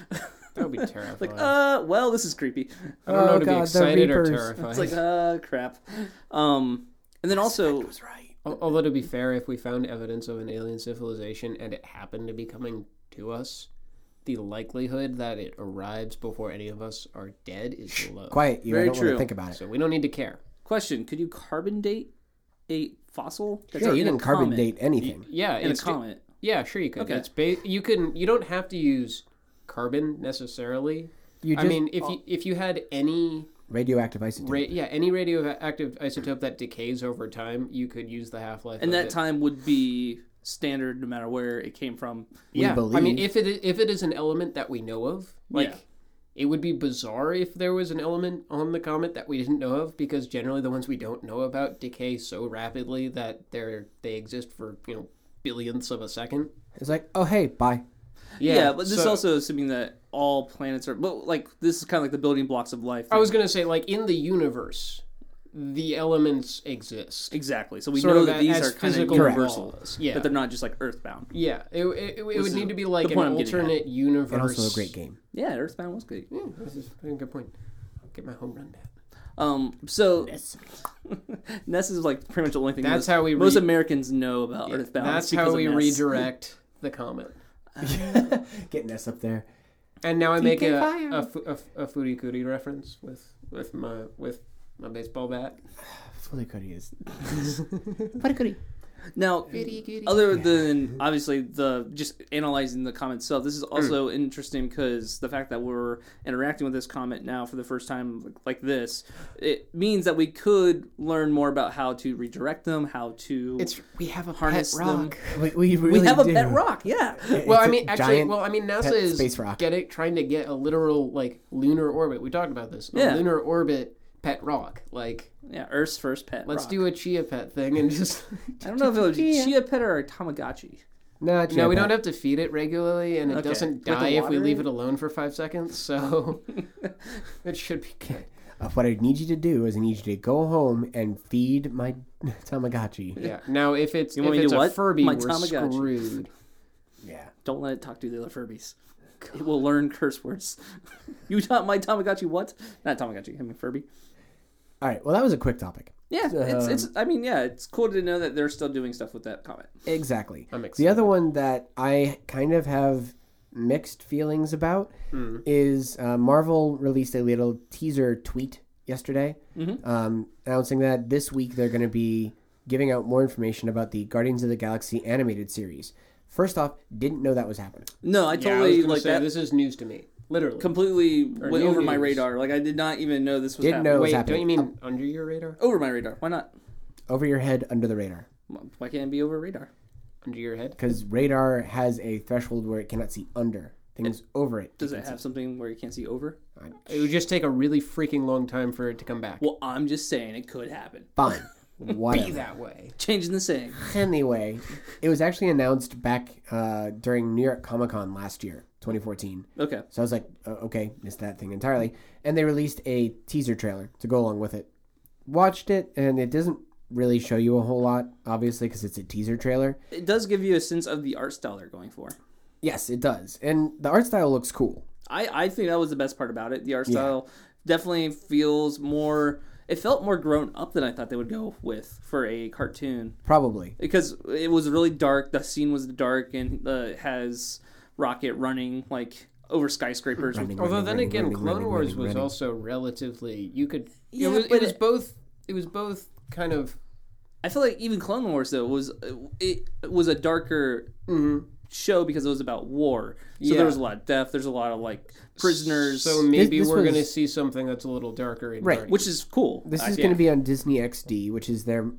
That [LAUGHS] would be terrifying.
like, uh, well, this is creepy.
I don't know
oh
to
God,
be
the
excited or
Reapers.
terrified.
It's like, uh, crap. Um, and then
Oh.
also,
That's right.
Al- Although to be fair, if we found evidence of an alien civilization and it happened to be coming to us, the likelihood that it arrives before any of us are dead is low.
Quiet. You I
Very
don't want
true.
to think about it.
So we don't need to care.
Question: Could you carbon date a fossil? That's
Sure,
in
you
a
can carbon
comet?
date anything.
Yeah,
in a
it's ju-
comet.
yeah, sure you could.
Okay.
It's ba- you can you don't have to use carbon necessarily.
You just
I mean, if you if you had any
radioactive isotope.
ra- yeah any radioactive isotope that decays over time, you could use the half life.
And
of
that
it.
time would be standard, no matter where it came from.
yeah, I
believe.
mean, if it if it is an element that we know of, like
Yeah.
it would be bizarre if there was an element on the comet that we didn't know of, because generally the ones we don't know about decay so rapidly that they're they exist for you know billionths of a second.
it's like, oh hey, bye.
Yeah, but this is
so-
also assuming that all planets are. But like, this is kind of like the building blocks of life.
I was gonna say like in the universe, the elements exist.
exactly. So we
Sort
know
of
that
a-
these
as
are kind of
physical
universal.
laws. Yeah.
That they're not just like Earthbound.
Yeah, it, it, it would
is
need to be like
the
an
point I'm getting at.
alternate universe.
And also a great game.
Yeah, Earthbound was good.
Yeah, this is a good point. Get my home run back.
Um, so
[LAUGHS]
Ness. is like pretty much the only thing
That's
most,
how we re-
most Americans know about Earthbound.
That's
because
how
of
we
Ness.
redirect the comment.
Getting us up there.
And now I make a,
fire.
a, fu- a, f- a foodie cootie reference with with my with my baseball bat.
Fully Cody is.
Now, other than obviously the just analyzing the comment itself, this is also interesting because the fact that we're interacting with this comment now for the first time like- like this, it means that we could learn more about how to redirect them, how to
It's we have a
Harness
pet rock.
them.
We, we,
we
really
have a
do.
pet rock, yeah.
[LAUGHS]
It-
Well,
it's
I
a
mean, actually,
giant-
well, I mean, NASA
pet
is
space rock.
get it trying to get a literal like lunar orbit. We talked about this. A
Yeah.
lunar orbit pet rock. Like,
Yeah, Earth's first pet.
let's
rock.
do a chia pet thing and just [LAUGHS]
I don't know if it was a Chia Pet or a Tamagotchi.
no, it's
no,
your
we
pet.
don't have to feed it regularly, and it
Okay.
doesn't
We have to
die if we
water
leave
it?
it alone for five seconds.
[LAUGHS]
So it should be good.
Uh, what I need you to do is I need you to go home and feed my [LAUGHS] Tamagotchi.
Yeah. Now, if it's
You
if
want me to
it's
do
a
what?
Furby,
My
we're
Tamagotchi.
screwed.
Yeah.
Don't let it talk to the other Furbies. It will learn curse words. [LAUGHS] you taught my Tamagotchi what? Not Tamagotchi. I mean Furby.
All right. Well, that was a quick topic.
Yeah, it's it's. I mean, yeah, it's cool to know that they're still doing stuff with that comment.
Exactly.
I'm excited.
The other one that I kind of have mixed feelings about
Hmm.
is uh, Marvel released a little teaser tweet yesterday
Mm-hmm.
um, announcing that this week they're going to be giving out more information about the Guardians of the Galaxy animated series. First off, didn't know that was happening.
No, I
Yeah, I
totally
was gonna
like
say,
that.
This is news to me. Literally.
completely went
new
over my
news.
radar. Like I did not even know this was
Didn't
happening.
know.
Wait,
happening.
don't you mean under your radar?
Over my radar. Why not?
Over your head, under the radar.
Why can't it be over radar?
Under your head?
Because radar has a threshold where it cannot see under things over it.
Does it have something where you can't see over?
It would just take a really freaking long time for it to come back.
Well, I'm just saying it could happen.
[LAUGHS]
Fine.
be
Whatever.
that way.
Changing the saying.
Anyway, it was actually announced back uh, during New York Comic Con last year, 2014.
Okay.
So I was like, oh, okay, missed that thing entirely. And they released a teaser trailer to go along with it. Watched it, and it doesn't really show you a whole lot, obviously, because it's a teaser trailer.
It does give you a sense of the art style they're going for.
Yes, it does. And the art style looks cool.
I, I think that was the best part about it. The art style definitely feels more. It felt more grown up than I thought they would go with for a cartoon
Probably.
because it was really dark. The scene was dark and uh, has Rocket running like over skyscrapers.
Running,
Although
running,
then
running,
again,
running,
Clone
running,
Wars
running,
was
running.
also relatively you could
Yeah,
it was,
but
it was
it-
both it was both kind of
I feel like even Clone Wars though was uh, it was a darker show because it was about war. So
Mm-hmm. Yeah.
there was a lot of death. There's a lot of like prisoners,
so maybe
this
we're going to
was-
see something that's a little darker in
Right.
Guardians.
which is cool.
This
I
is
think.
going to be on Disney XD, which is their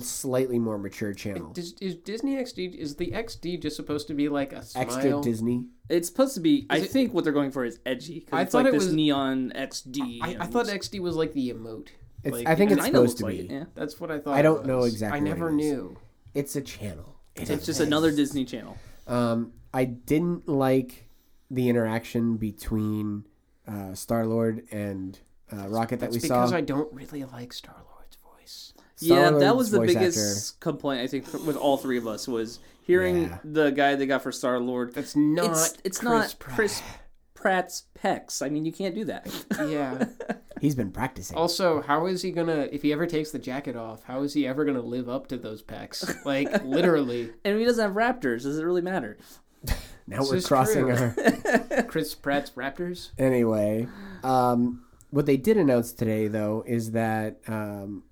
slightly more mature channel.
Does, is Disney XD is the XD just supposed to be like a smile?
Extra Disney.
It's supposed to be. I
it-
think what they're going for is edgy. 'cause
I
it's
thought
like
it
this
was-
neon XD.
I, I
and-
thought XD was like the emote.
It's,
like,
I think
and
it's
I know it
supposed to
looks
be.
like it, yeah.
that's what I thought.
I
it
don't know
was.
exactly
I
what
never
it is.
knew.
It's a channel. It
It's just
is.
another Disney Channel.
Um, I didn't like the interaction between uh, Star Lord and uh, Rocket that
That's
we saw.
because I don't really like Star Lord's voice.
yeah, that
Star-Lord's
was the
voice
biggest complaint I think with all three of us was hearing
Yeah.
the guy they got for Star Lord.
That's not.
It's it's
Chris
not Chris Pratt's pecs. I mean, you can't do that. [LAUGHS]
Pratt. yeah.
Actor. He's been practicing.
Also, how is he gonna? If he ever takes the jacket off, how is he ever gonna live up to those pecs? Like literally,
and if he doesn't have Raptors, does it really matter?
now
this
we're
is
crossing
true.
our.
Chris Pratt's Raptors.
anyway, um, what they did announce today though is that um,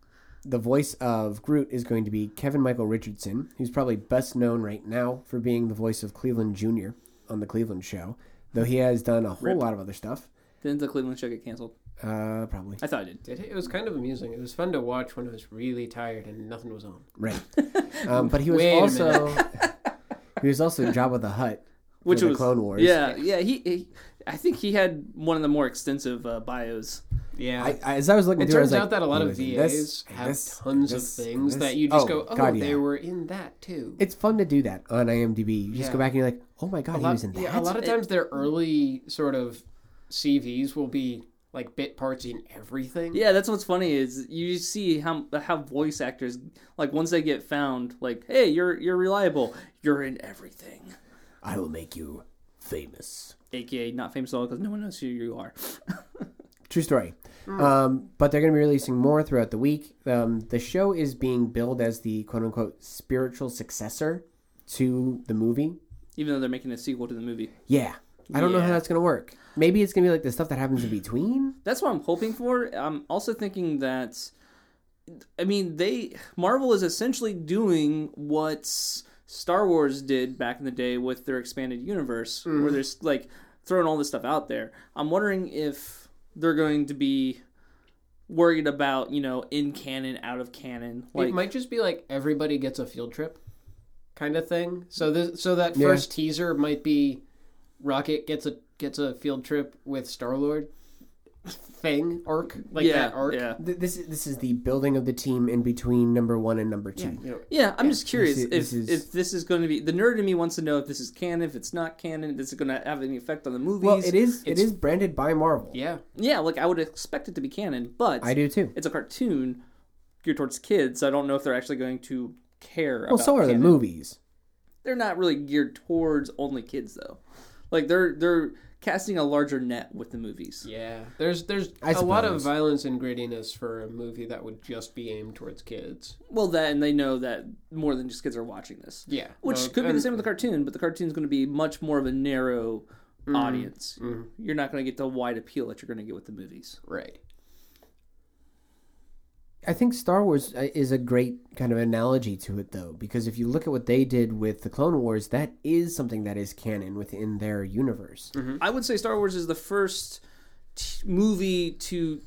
the voice of Groot is going to be Kevin Michael Richardson, who's probably best known right now for being the voice of Cleveland Jr. on the Cleveland Show, though he has done a whole lot of other stuff.
Didn't the Cleveland show get canceled?
Uh,
[LAUGHS]
probably.
I thought it did.
It, it was kind of amusing. It was fun to watch when I was really tired and nothing was on.
Right. Um, but he was
Wait a
also [LAUGHS] he was also Jabba the Hutt, for
Which
the
was
Clone Wars.
Yeah, yeah. He, he, I think he had one of the more extensive uh, bios.
Yeah.
I, I, as I was looking
it
through, I was
turns
like,
out that a lot
he
of
was in
VAs
this, and
have
this,
tons
and
of
this,
things
and
that
this.
you just go, oh,
God,
they
yeah.
were in that too.
It's fun to do that on IMDb. You just
Yeah.
go back and you're like, oh my god, he
lot-
was in that.
Yeah, a lot of times their early sort of CVs will be like bit parts in everything.
Yeah, that's what's funny is you see how how voice actors like once they get found, like, hey, you're you're reliable, you're in everything.
I will make you famous.
AKA not famous at all because no one knows who you are.
True story.
Mm.
Um, but they're going to be releasing more throughout the week. Um, the show is being billed as the quote unquote spiritual successor to the movie.
even though they're making a sequel to the movie.
Yeah. I don't know how
Yeah.
that's going to work. Maybe it's going to be like the stuff that happens in between.
That's what I'm hoping for. I'm also thinking that, I mean, they Marvel is essentially doing what Star Wars did back in the day with their expanded universe, where there's like throwing all this stuff out there. I'm wondering if they're going to be worried about you know in canon, out of canon, like
it might just be like everybody gets a field trip kind of thing. So this, so that
Yeah.
first teaser might be Rocket gets a gets a field trip with Star Lord thing arc like
yeah,
that arc.
yeah.
Th- This is, this is the building of the team in between number one and number two.
You know,
Yeah, I'm just curious
This
if
is- this is-
if this is going to be the nerd in me wants to know if this is canon, if it's not canon, is it going to have any effect on the movies?
Well, it is it
it's-
is branded by Marvel.
yeah.
Yeah, like I would expect it to be canon, but
I do too.
it's a cartoon geared towards kids. So I don't know if they're actually going to care.
Well,
about
so are
canon.
the movies.
They're not really geared towards only kids though. Like they're they're casting a larger net with the movies.
Yeah, there's there's
I
a lot of
suppose.
violence and grittiness for a movie that would just be aimed towards kids.
Well, that and they know that more than just kids are watching this.
Yeah,
Which
well,
could be
and-
the same with the cartoon, but the cartoon's going to be much more of a narrow
Mm-hmm.
audience. You're not going to get the wide appeal that you're going to get with the movies.
Right.
I think Star Wars uh, is a great kind of analogy to it, though, because if you look at what they did with the Clone Wars, that is something that is canon within their universe.
Mm-hmm.
I would say Star Wars is the first t- movie to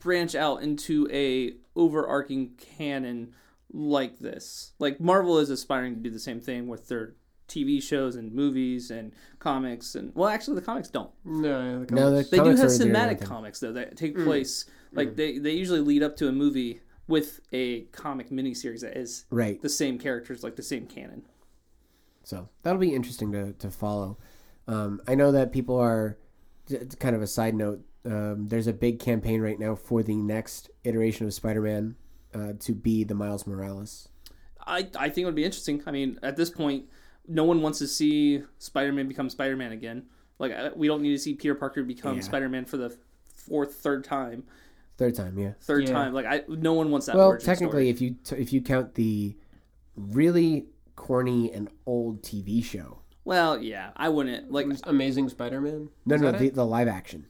branch out into a overarching canon like this. Like Marvel is aspiring to do the same thing with their TV shows and movies and comics and well actually the comics don't.
No, the
No,
comics-
the
They
comics
do have
are doing
cinematic
that.
comics though that take place like they they usually lead up to a movie with a comic miniseries that is
right?
the same characters like the same canon.
So that'll be interesting to to follow. Um, I know that people are j- j- kind of a side note. Um, there's a big campaign right now for the next iteration of Spider-Man uh, to be the Miles Morales.
I, I think it would be interesting. I mean, at this point, no one wants to see Spider Man become Spider Man again. Like, I, we don't need to see Peter Parker become
Yeah.
Spider Man for the fourth, third time.
Third time, yeah.
Third
Yeah.
time. Like, I no one wants that.
well,
origin
technically,
story.
if you t- if you count the really corny and old TV show,
Well, yeah, I wouldn't. Like,
Amazing Spider-Man.
no,
Is
no,
that
the,
it?
the live action.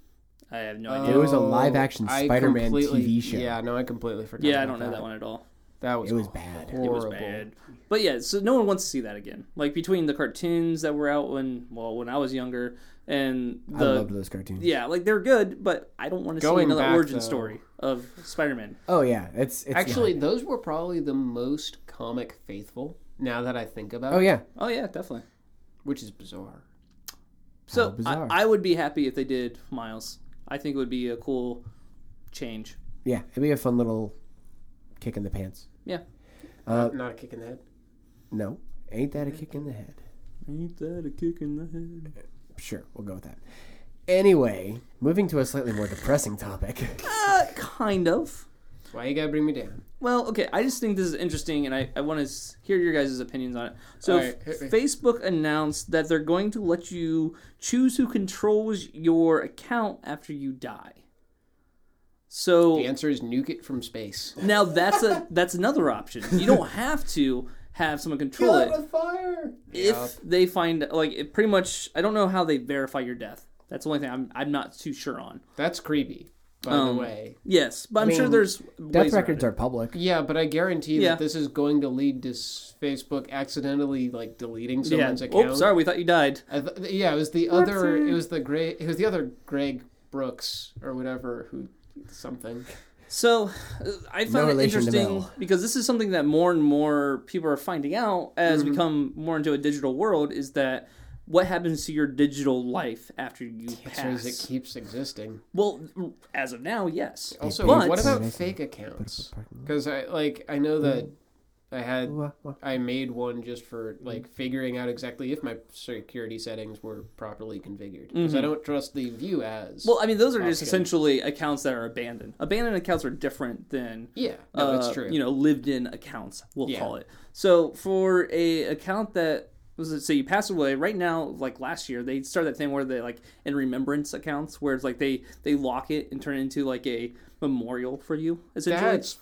I have no
Oh,
idea.
There was a live-action
I
Spider-Man
completely-
TV show.
Yeah, no, I completely forgot.
Yeah, I
about
don't know that one at all.
That was
It was bad.
It
Horrible.
was bad. But yeah, so no one wants to see that again. Like between the cartoons that were out when, well, when I was younger, and
I loved
the
those cartoons.
yeah, like they're good, but I don't want to see
Going
another
back,
origin
though-
story of Spider Man.
Oh yeah, it's, it's
Actually, those were probably the most comic faithful. Now that I think about
Oh
it,
yeah,
Oh yeah, definitely.
which is bizarre.
So
bizarre.
I, I would be happy if they did Miles. I think it would be a cool change.
yeah. It'd be a fun little kick in the pants.
Yeah. Uh,
Not a kick in the head.
No, ain't that a kick in the head?
Ain't that a kick in the head?
Sure, we'll go with that. Anyway, moving to a slightly more
[LAUGHS]
depressing topic. [LAUGHS]
Uh, kind of.
Why you gotta bring me down?
Well, okay. I just think this is interesting, and I, I want to s- hear your guys' opinions on it. So,
All right, hit me.
Facebook announced that they're going to let you choose who controls your account after you die. So
The answer is nuke it from space.
now that's a that's another option. You don't have to have someone [LAUGHS] control it.
fire.
if they find like it pretty much i don't know how they verify your death that's the only thing i'm, I'm not too sure on
That's creepy. By
Um,
the way,
yes but i'm sure
mean,
there's
Death
ways around
records
it.
are public.
Yeah, but I guarantee
Yeah.
that this is going to lead to s- Facebook accidentally like deleting
yeah
someone's account.
oh sorry we thought you died
I th- yeah, it was the other. It was the Greg. It was the other Greg Brooks or whatever who something.
so uh, i found it
relation to
interesting
Mel.
because this is something that more and more people are finding out as
Mm-hmm.
we come more into a digital world is that what happens to your digital life after you
So as it
pass
keeps existing.
well as of now yes
Oh,
Also,
But-
what about
Nice.
fake accounts? Because I like I know that I had I made one just for
Mm.
like figuring out exactly if my security settings were properly configured because I don't trust the view as.
Mm-hmm. well i mean those are just
Option.
essentially accounts that are abandoned abandoned accounts are different than
yeah, no,
uh,
it's true.
You know, lived in accounts, we'll
Yeah.
call it. So for a account that was it- so you pass away right now like last year they started that thing where they like in remembrance accounts where it's like they they lock it and turn it into like a memorial for you essentially
That's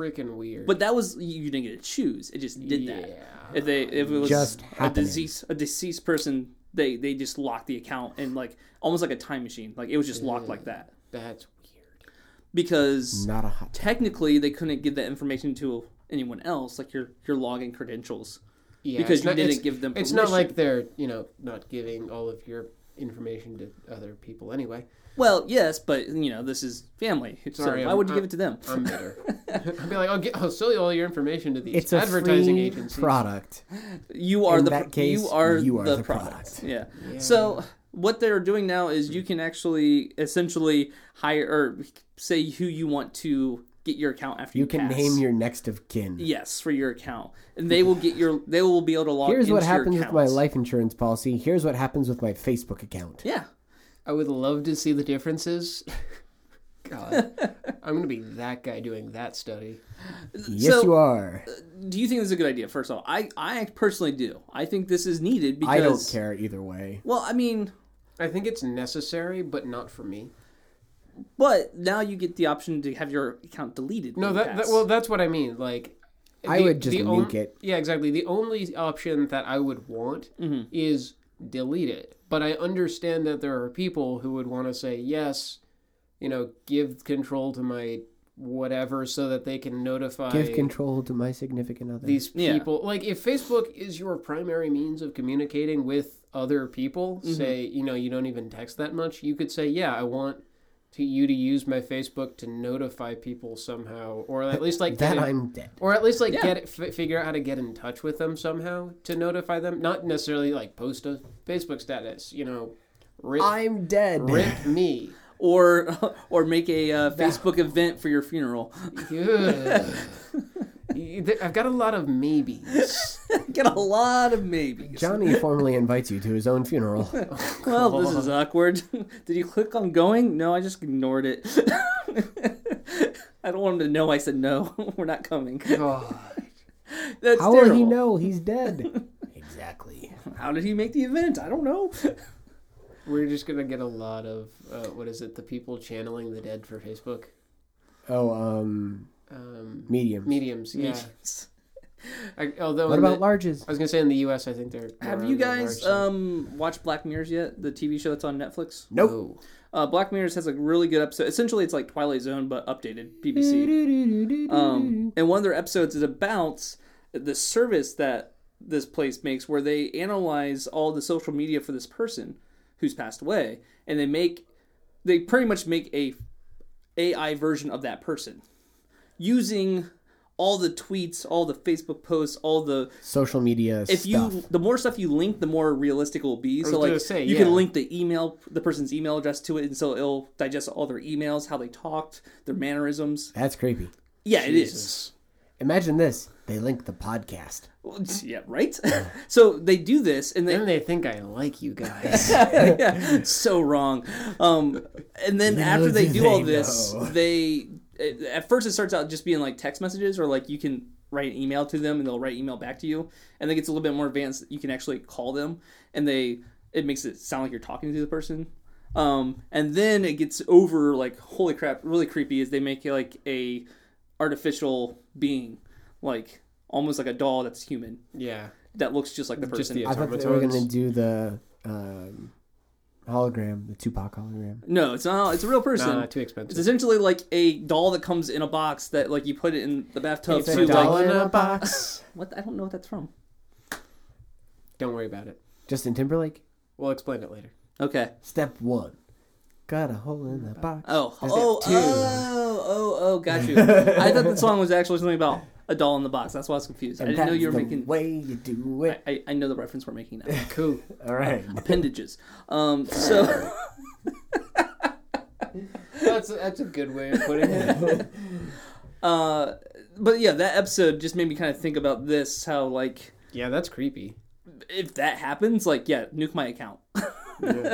freaking weird.
but that was you you didn't get to choose it just did that
Yeah.
if they if it was
Just
a
happening.
disease a deceased person they they just locked the account and like almost like a time machine like it was just locked like that
That's weird.
because
Not a hot.
technically they couldn't give that information to anyone else like your your login credentials
Yeah,
Because
it's
you didn't
it's-
give them
It's not
permission.
like they're you know not giving all of your information to other people anyway.
well yes but you know this is family
Sorry,
so why
I'm-
would you
I'm-
give it to them [LAUGHS]
I'm bitter. I'd be like, I'll, get, I'll sell you all your information to these
It's a
advertising
free
agencies.
product.
you are
In
the
that
pro-
case,
you are,
you are
the,
the
product.
product.
Yeah. So what they're doing now is you can actually essentially hire or say who you want to get your account after you,
You can
pass.
name your next of kin.
yes for your account, and they will get your they will be able to log.
Here's
into
what
your
happens with
account.
my life insurance policy. Here's what happens with my Facebook account.
Yeah.
I would love to see the differences. [LAUGHS] God, I'm gonna be that guy doing that study.
Yes,
So-
you are.
Do you think this is a good idea? First of all, I I personally do. I think this is needed because
I don't care either way.
Well, I mean,
I think it's necessary, but not for me.
but now you get the option to have your account deleted.
No,
when you
that, that
pass.
well, that's what I mean. Like,
I would just
on-
nuke it.
Yeah, exactly. The only option that I would want
Mm-hmm.
is delete it. But I understand that there are people who would want to say yes, you know, give control to my whatever, so that they can notify
Give control to my significant other.
these
Yeah.
people. Like, if Facebook is your primary means of communicating with other people, say you know you don't even text that much, you could say, yeah, I want. To you to use my Facebook to notify people somehow, or at least like
[LAUGHS] that
to-
I'm dead.
or at least like
Yeah.
get it, f- figure out how to get in touch with them somehow to notify them not necessarily like post a facebook status you know rip,
I'm dead.
rip me
or [LAUGHS] or make a uh, Facebook event for your funeral. [LAUGHS]
Ugh. You- th- i've got a lot of maybes
Get a lot of maybes.
Johnny formally invites you to his own
[LAUGHS]
funeral.
well, this is awkward. [LAUGHS] Did you click on going? No, I just ignored it. [LAUGHS] I don't want him to know I said no. [LAUGHS] We're not coming.
God.
That's
How will
terrible.
he know he's
[LAUGHS]
dead? exactly.
How did he make the event? I don't know.
we're just gonna get a lot of uh, what is it the people channeling the dead for facebook
Oh, um,
um,
medium.
[LAUGHS]
mediums yeah I, although
What
in
about
the,
larges?
i was gonna say in the us i think they're
Have
more
you
on the large
guys
side.
um, watched Black Mirrors yet? The TV show that's on Netflix.
Nope.
No.
Uh, Black Mirrors has a really good episode. Essentially, it's like Twilight Zone but updated BBC. Um, and one of their episodes is about the service that this place makes where they analyze all the social media for this person who's passed away and they make they pretty much make a AI version of that person using all the tweets, all the Facebook posts, all the
Social media
if
stuff.
you the more stuff you link, the more realistic it will be. So
was gonna
like
say,
you
yeah.
can link the email, the person's email address to it, and so it'll digest all their emails, how they talked, their mannerisms.
That's creepy.
Yeah,
Jesus.
Imagine this. They link the podcast.
it is. Yeah, right. [LAUGHS] so they do this, and
then
they
they think i like you [LAUGHS] guys
yeah, so wrong. Um, and then after they
do
do all
they
this,
know.
they at- at first it starts out just being like text messages, or like you can write an email to them and they'll write email back to you. And then it gets a little bit more advanced. You can actually call them, and they it makes it sound like you're talking to the person. Um, and then it gets over like holy crap, really creepy. Is they make it like a artificial being, like almost like a doll that's human
yeah
that looks just like the
Just
person.
the-
I thought they were
Automatodes.
gonna do the um, hologram, the Tupac hologram.
no, it's not. It's a real person.
nah, too
It's
expensive
essentially like a doll that comes in a box that like you put it in the bathtub
It's a
to
doll
like
in a
[LAUGHS]
box.
what I don't know what that's from.
don't worry about it
Justin Timberlake.
We'll explain it later.
Okay.
Step one. Got a hole in the box.
Oh.
There's
oh.
that too.
Oh. Oh. Oh. Got you. I thought the song was actually something about a doll in the box. That's why I was confused. I didn't know
that's
you were
the
making.
way you do
I,
it.
I, I know the reference we're making now.
Cool.
All right.
Appendages. Um. So.
That's that's a good way of putting it.
Uh. But yeah, that episode just made me kind of think about this. How like
[LAUGHS] yeah, that's creepy.
if that happens, like yeah, nuke my account.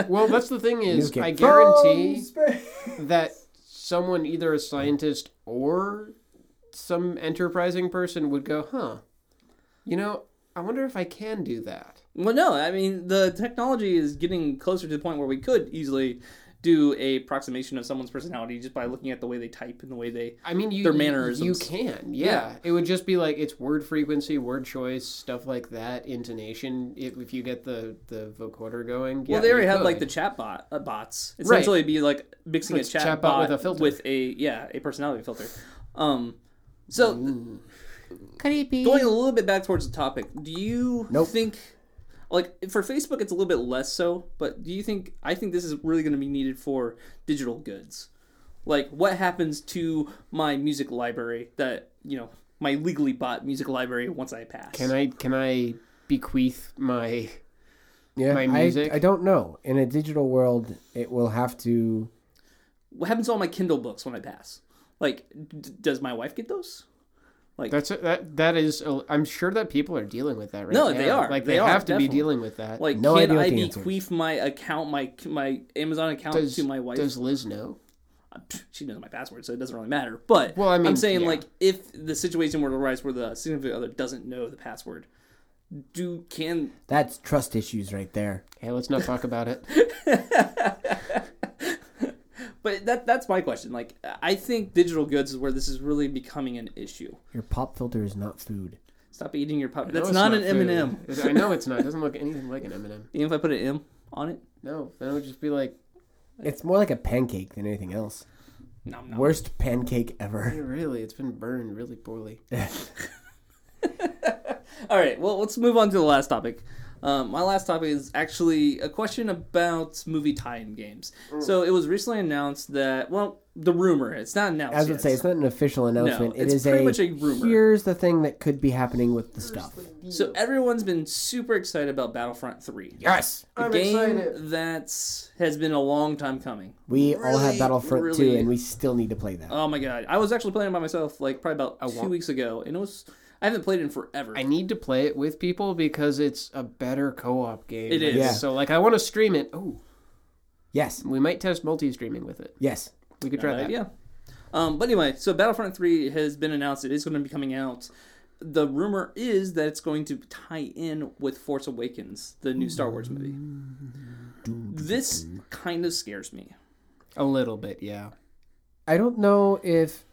Well, that's the thing is,
Nuke it.
I guarantee
From space.
that someone, either a scientist or some enterprising person, would go, "Huh, you know, I wonder if I can do that."
Well, no, I mean the technology is getting closer to the point where we could easily do a approximation of someone's personality just by looking at the way they type and the way they.
I mean, you
Their
you- You
mannerisms.
can, yeah. It would just be like it's word frequency, word choice, stuff like that, intonation. If, if you get the the vocoder going, yeah,
well, they already
you
have
could.
like the chat bot uh, bots.
Right.
Essentially, it'd be like mixing
It's
a chat,
chat
bot
bot with a filter.
with a yeah a personality filter. Um, so creepy. Going a little bit back towards the topic, do you
Nope.
think? Like for Facebook, it's a little bit less so, but do you think? I think this is really going to be needed for digital goods. Like, what happens to my music library that you know my legally bought music library once I pass?
Can I can I bequeath my?
Yeah,
My
I-
music.
I, don't know. In a digital world, it will have to.
what happens to all my Kindle books when I pass? Like, d- does my wife get those?
That's a, that that is. A, I'm sure that people are dealing with that right
No,
now.
they are.
Like
They
they,
are,
have to
definitely.
be dealing with that.
Like,
No
can
idea what
I
the answer
bequeath my account, my my Amazon account
does
to my wife?
does Liz know?
Pfft, She knows my password, so it doesn't really matter. But
Well, I mean,
I'm saying
yeah.
like, if the situation were to arise where the significant other doesn't know the password, do can
That's trust issues right there.
Hey, let's not talk
[LAUGHS]
about it.
but that that's my question. Like, I think digital goods is where this is really becoming an issue.
Your pop filter is not food.
Stop eating your pop.
No,
That's
it's
not, an M
food.
and M.
It's- I know it's not. It doesn't look anything like an M and m
Even if I put an M on it,
No, then it would just be like
It's more like a pancake than anything else.
no, no.
Worst pancake ever. [LAUGHS]
"Hey, really. It's been burned really poorly.
All right, well, let's move on to the last topic. Um, my last topic is actually a question about movie tie-in games.
Mm.
So it was recently announced that, well, the rumor. It's not announced.
I was gonna say
yet.
it's not an official announcement.
it's
it is
pretty
a,
much a rumor.
Here's the thing that could be happening with the stuff.
So everyone's been super excited about Battlefront Three.
Yes,
A
I'm
game
excited.
that's has been a long time coming.
we all have
Really,
Battlefront
really-
2, and we still need to play that.
Oh my god! I was actually playing it by myself, like probably about two
want-
weeks ago, and it was I haven't played it in forever. [LAUGHS]
I need to play it with people because it's a better co-op game.
It is.
Yeah.
So like I want to stream it. Oh,
yes,
we might test multi-streaming with it.
yes.
We could try that.
Yeah. Um, but anyway, so Battlefront 3 has been announced. It is going to be coming out. The rumor is that it's going to tie in with Force Awakens, the new Star Wars movie. This kind of scares me.
A little bit, yeah.
I don't know if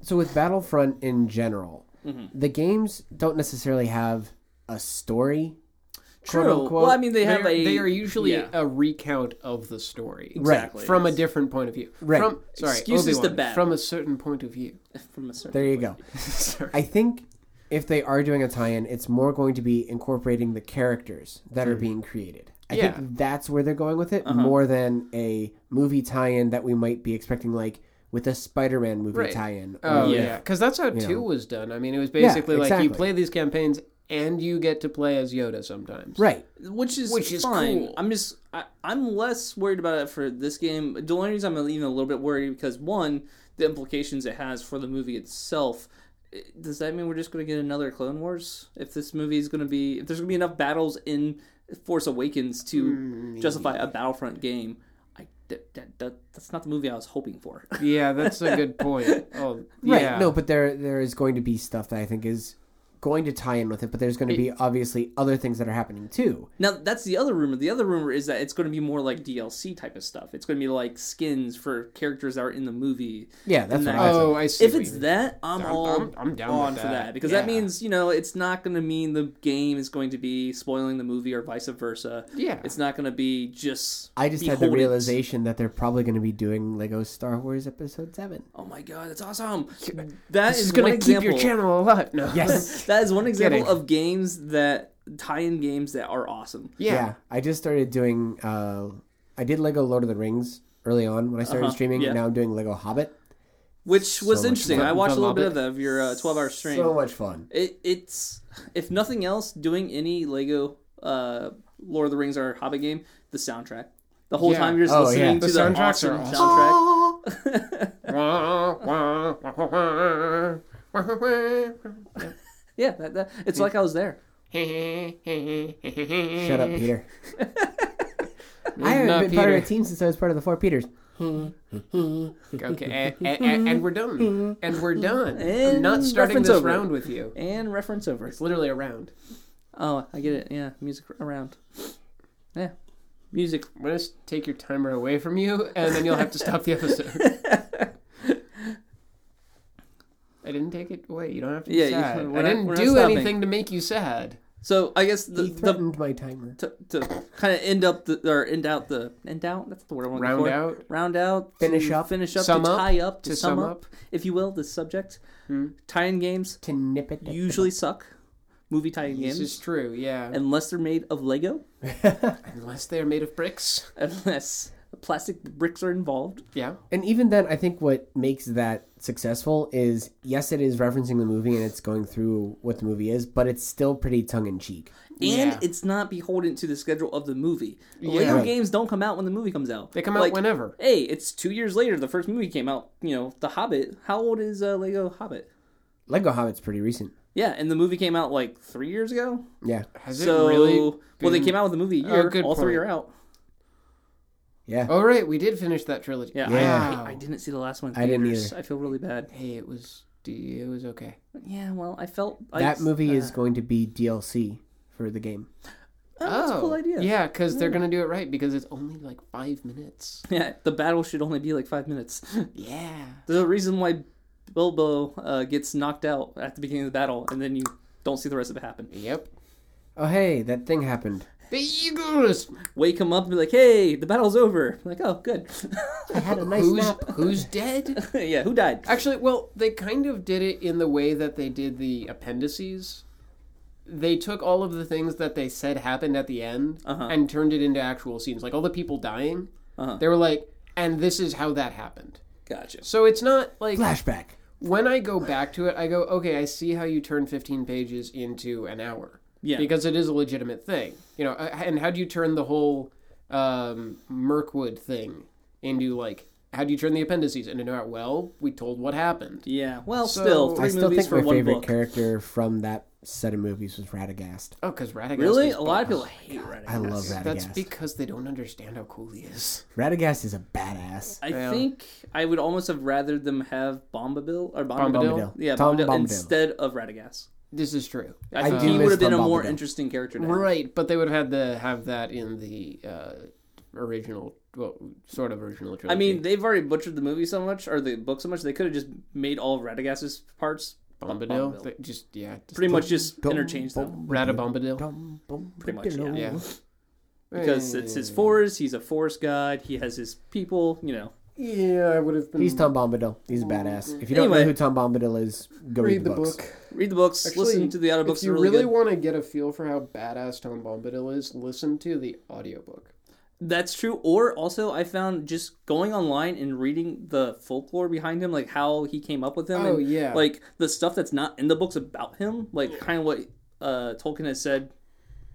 so with Battlefront in general, the games don't necessarily have a story. Quote,
True.
unquote.
Well, I mean, they have
They're-
a.
they are usually
yeah,
a recount of the story
exactly.
from a different point of view.
Right.
From sorry,
Excuses to
Obi-Wan,
battle.
from a certain point of view.
From a certain
There you go.
sorry.
I think if they are doing a tie-in, it's more going to be incorporating the characters that are being created. I
Yeah.
think that's where they're going with it more than a movie tie-in that we might be expecting like with a Spider-Man movie
Right.
tie-in.
Oh
Yeah.
yeah, because that's how two was done. I mean, it was basically like you
exactly.
play these campaigns and you get to play as Yoda sometimes.
Right.
which is
Which is
fine.
cool.
I'm just I, I'm less worried about it for this game. The only reason I'm even a little bit worried because one, the implications it has for the movie itself. Eh, Does that mean we're just going to get another Clone Wars? If this movie is going to be, if there's going to be enough battles in Force Awakens to
Hmm.
justify a Battlefront game, I that, that, that, that's not the movie I was hoping for. [LAUGHS]
Yeah, that's a good
[LAUGHS]
point. Oh,
Right.
yeah.
No, but there there is going to be stuff that I think is going to tie in with it, but there's going to be obviously other things that are happening too.
Now that's the other rumor. The other rumor is that it's going to be more like DLC type of stuff. It's going to be like skins for characters that are in the movie.
Yeah, that's
And
what
that-
I said.
Oh, I see.
if
what
it's
you mean.
that, I'm
I'm-
all
I'm- I'm down
on
with
for
that.
that because that
Yeah.
means you know it's not going to mean the game is going to be spoiling the movie or vice versa.
Yeah.
it's not going to be just.
I just had the
beholden-
realization that they're probably going to be doing Lego Star Wars Episode 7.
Oh my god, that's
[LAUGHS]
awesome! That
this
is
is gonna
one
keep
example.
your channel alive. No.
Yes.
that is one example
Kidding.
of games that tie-in games that are awesome.
yeah.
I just started doing uh I did Lego Lord of the Rings early on when I started
Uh-huh,
streaming,
yeah.
now I'm doing Lego Hobbit.
Which was
much
interesting.
fun.
I watched a
The
little bit
Hobbit.
of, that, of your uh, twelve-hour stream.
So much fun.
It, it's if nothing else, doing any Lego uh, Lord of the Rings or Hobbit game, the soundtrack. The whole
Yeah.
time you're just
Oh,
listening
yeah.
to the,
The soundtracks are
awesome
awesome. [GASPS]
soundtrack.
Wah, wah, wah, wah, wah, wah, wah, wah.
Yeah, that, that, it's like I was there.
[LAUGHS]
[LAUGHS]
[LAUGHS] Shut
Eh.
up, Peter. I haven't
Not
been part of a
Peter.
team since I was part of the Four Peters.
Okay, and, and, and
[LAUGHS]
we're done. And we're done. I'm
And
not starting
reference
this
over.
round with you.
And reference over.
It's literally a round.
Oh, I get it. Yeah, music around. Yeah, music.
I'm gonna s- take your timer away from you, and then you'll have to stop the episode.
[LAUGHS]
I didn't take it away. You don't have to be
Yeah, you-
sad.
we're
I
not-
didn't
we're not
do
stopping.
anything to make you sad.
So I guess the,
he
the
threatened my timer.
to, to kind of end up the or end out the end out. That's the word I want.
Round
for.
out,
Round out.
Finish
to
up.
Finish up.
Sum
to
up.
tie up. To,
To
sum,
sum
up, if you will, the subject.
Hmm.
Tie-in games
To nip it.
usually suck. Movie tie-in
this
games,
is true. Yeah,
unless they're made of Lego, [LAUGHS]
unless they're made of bricks.
unless plastic bricks are involved.
Yeah,
And even then, I think what makes that successful is yes, it is referencing the movie and it's going through what the movie is, but it's still pretty tongue in cheek.
And
Yeah.
it's not beholden to the schedule of the movie.
Yeah.
Lego
Right.
games don't come out when the movie comes out.
they come out
Like,
whenever.
Hey, it's two years later. The first movie came out. You know, The Hobbit. How old is uh, Lego Hobbit?
Lego Hobbit's pretty recent.
Yeah, and the movie came out like three years ago.
Yeah,
Has
so,
it really?
well, they
been-
came out with a movie a year.
Oh, good
All three
point.
are out.
yeah.
Oh right, we did finish that trilogy.
Yeah,
Yeah.
I, I, I didn't see the last one. In
I didn't
theaters.
either.
I feel really bad.
Hey, it was. It was okay.
Yeah, well, I felt
that
I,
movie
uh,
is going to be DLC for the game.
Oh, that's a cool idea.
Yeah, because they're gonna do it right because it's only like five minutes.
yeah. The battle should only be like five minutes. [LAUGHS]
Yeah.
There's a reason why Bilbo uh, gets knocked out at the beginning of the battle, and then you don't see the rest of it happen.
Yep.
Oh hey, that thing happened.
The Eagles.
Wake him up and be like, "Hey, the battle's over." like, oh, good. [LAUGHS]
I had a nice
Who's
nap.
who's dead?
yeah, who died?
Actually, well, they kind of did it in the way that they did the appendices. They took all of the things that they said happened at the end
Uh-huh.
and turned it into actual scenes, like all the people dying.
Uh-huh.
They were like, "And this is how that happened."
Gotcha.
So it's not like
Flashback.
when I go back to it, I go, okay, I see how you turn 15 pages into an hour.
Yeah.
Because it is a legitimate thing. You know, uh, and how do you turn the whole um, Mirkwood thing into like, how do you turn the appendices into an hour? Well, we told what happened.
Yeah. Well,
So-
still
I
three
still
movies
think
for
my
one
favorite
book.
character from that set of movies was Radagast.
Oh, because Radagast.
Really,
is
a lot of people
boss.
hate Radagast.
I love Radagast.
That's because they don't understand how cool
[LAUGHS]
he is.
Radagast is a badass.
I
Yeah.
think I would almost have rather them have Bombabil or Bombadil.
Bombadil.
Bombadil.
Yeah,
Tom
Bombadil,
Bombadil.
instead of Radagast.
This is true.
I
I
think
do
he
miss
would have been a
Tom
more
Bombadil.
interesting character. now.
Right, but they would have had to have that in the uh, original, well, sort of original trilogy.
I mean, they've already butchered the movie so much or the book so much. They could have just made all of Radagast's parts
Bombadil.
Bombadil.
They Just yeah, just
pretty much just interchange them
Radabombadil.
Pretty
Pretty much, yeah.
Yeah,
because it's his forest. He's a forest god. He has his people. You know.
Yeah, I would have been.
He's Tom Bombadil. He's a badass. If you don't
Anyway.
know who Tom Bombadil is, go read, the, books.
Read the books.
Actually,
listen to the other books.
if you
are really,
really
good.
want to get a feel for how badass Tom Bombadil is, listen to the audiobook.
That's true. Or also, I found just going online and reading the folklore behind him, like how he came up with them.
Oh,
and,
yeah.
Like the stuff that's not in the books about him, like kind of what uh, Tolkien has said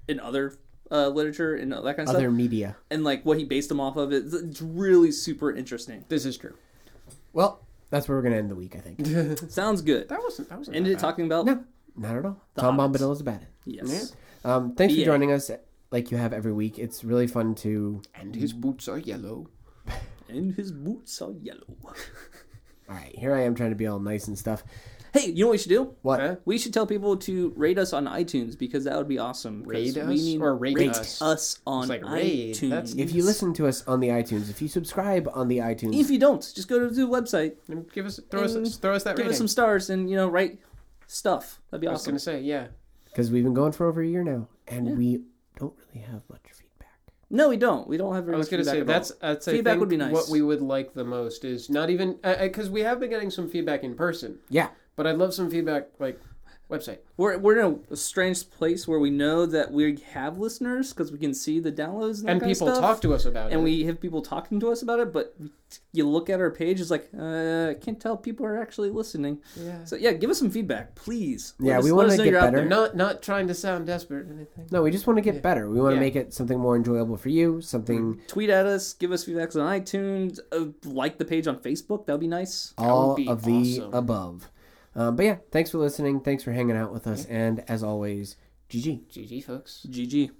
in other uh, literature and that kind of
Other
stuff,
media.
and like what he based them off of. It's, it's really super interesting.
This is true.
Well, that's where we're gonna end the week, I think.
Sounds good.
That wasn't. That wasn't.
Ended it
that bad.
talking about
[LAUGHS] no, not at all. Tom
Hobbits.
Bombadil is a badass.
yes.
Um, thanks
Yeah.
for joining us, like you have every week. It's really fun to.
And his boots are yellow.
And his boots are yellow.
All right, here I am trying to be all nice and stuff.
hey, you know what we should do?
What?
Huh?
We should tell people to rate us on iTunes because that would be awesome. 'cause
Raid
we
us
need
or rate,
rate
us.
us on
like raid,
iTunes.
that's-
If you listen to us on the iTunes, if you subscribe on the iTunes,
If you don't, just go to the website,
And Give us. Throw us.
And
Throw us that
give
rating.
us some stars, and you know, write stuff. That'd be
I was
awesome.
gonna say yeah.
because we've been going for over a year now, and we don't really have much feedback.
No, we don't. We don't have very
I was
much
going to
feedback
say
at all.
that's that's I
Feedback
think
would be nice.
What we would like the most is not even because we have been getting some feedback in person,
Yeah,
but I'd love some feedback like website.
we're we're in a strange place where we know that we have listeners because we can see the downloads and, that
and
kind of
people
stuff,
talk to us about
and
it.
we have people talking to us about it. But you look at our page, it's like uh, I can't tell people are actually listening.
yeah.
So yeah, give us some feedback, please.
Yeah,
Let us-
we
let
wanna
us know
get
you're out
better.
there.
not not trying to sound desperate or anything.
no, we just want to get
Yeah.
better. We want to
Yeah.
make it something more enjoyable for you. Something
Tweet at us, give us feedbacks on iTunes, uh, like the page on Facebook. That would be nice.
all
be
of the
awesome.
above. Um, but yeah, thanks for listening. Thanks for hanging out with us, and as always, GG.
GG folks.
GG.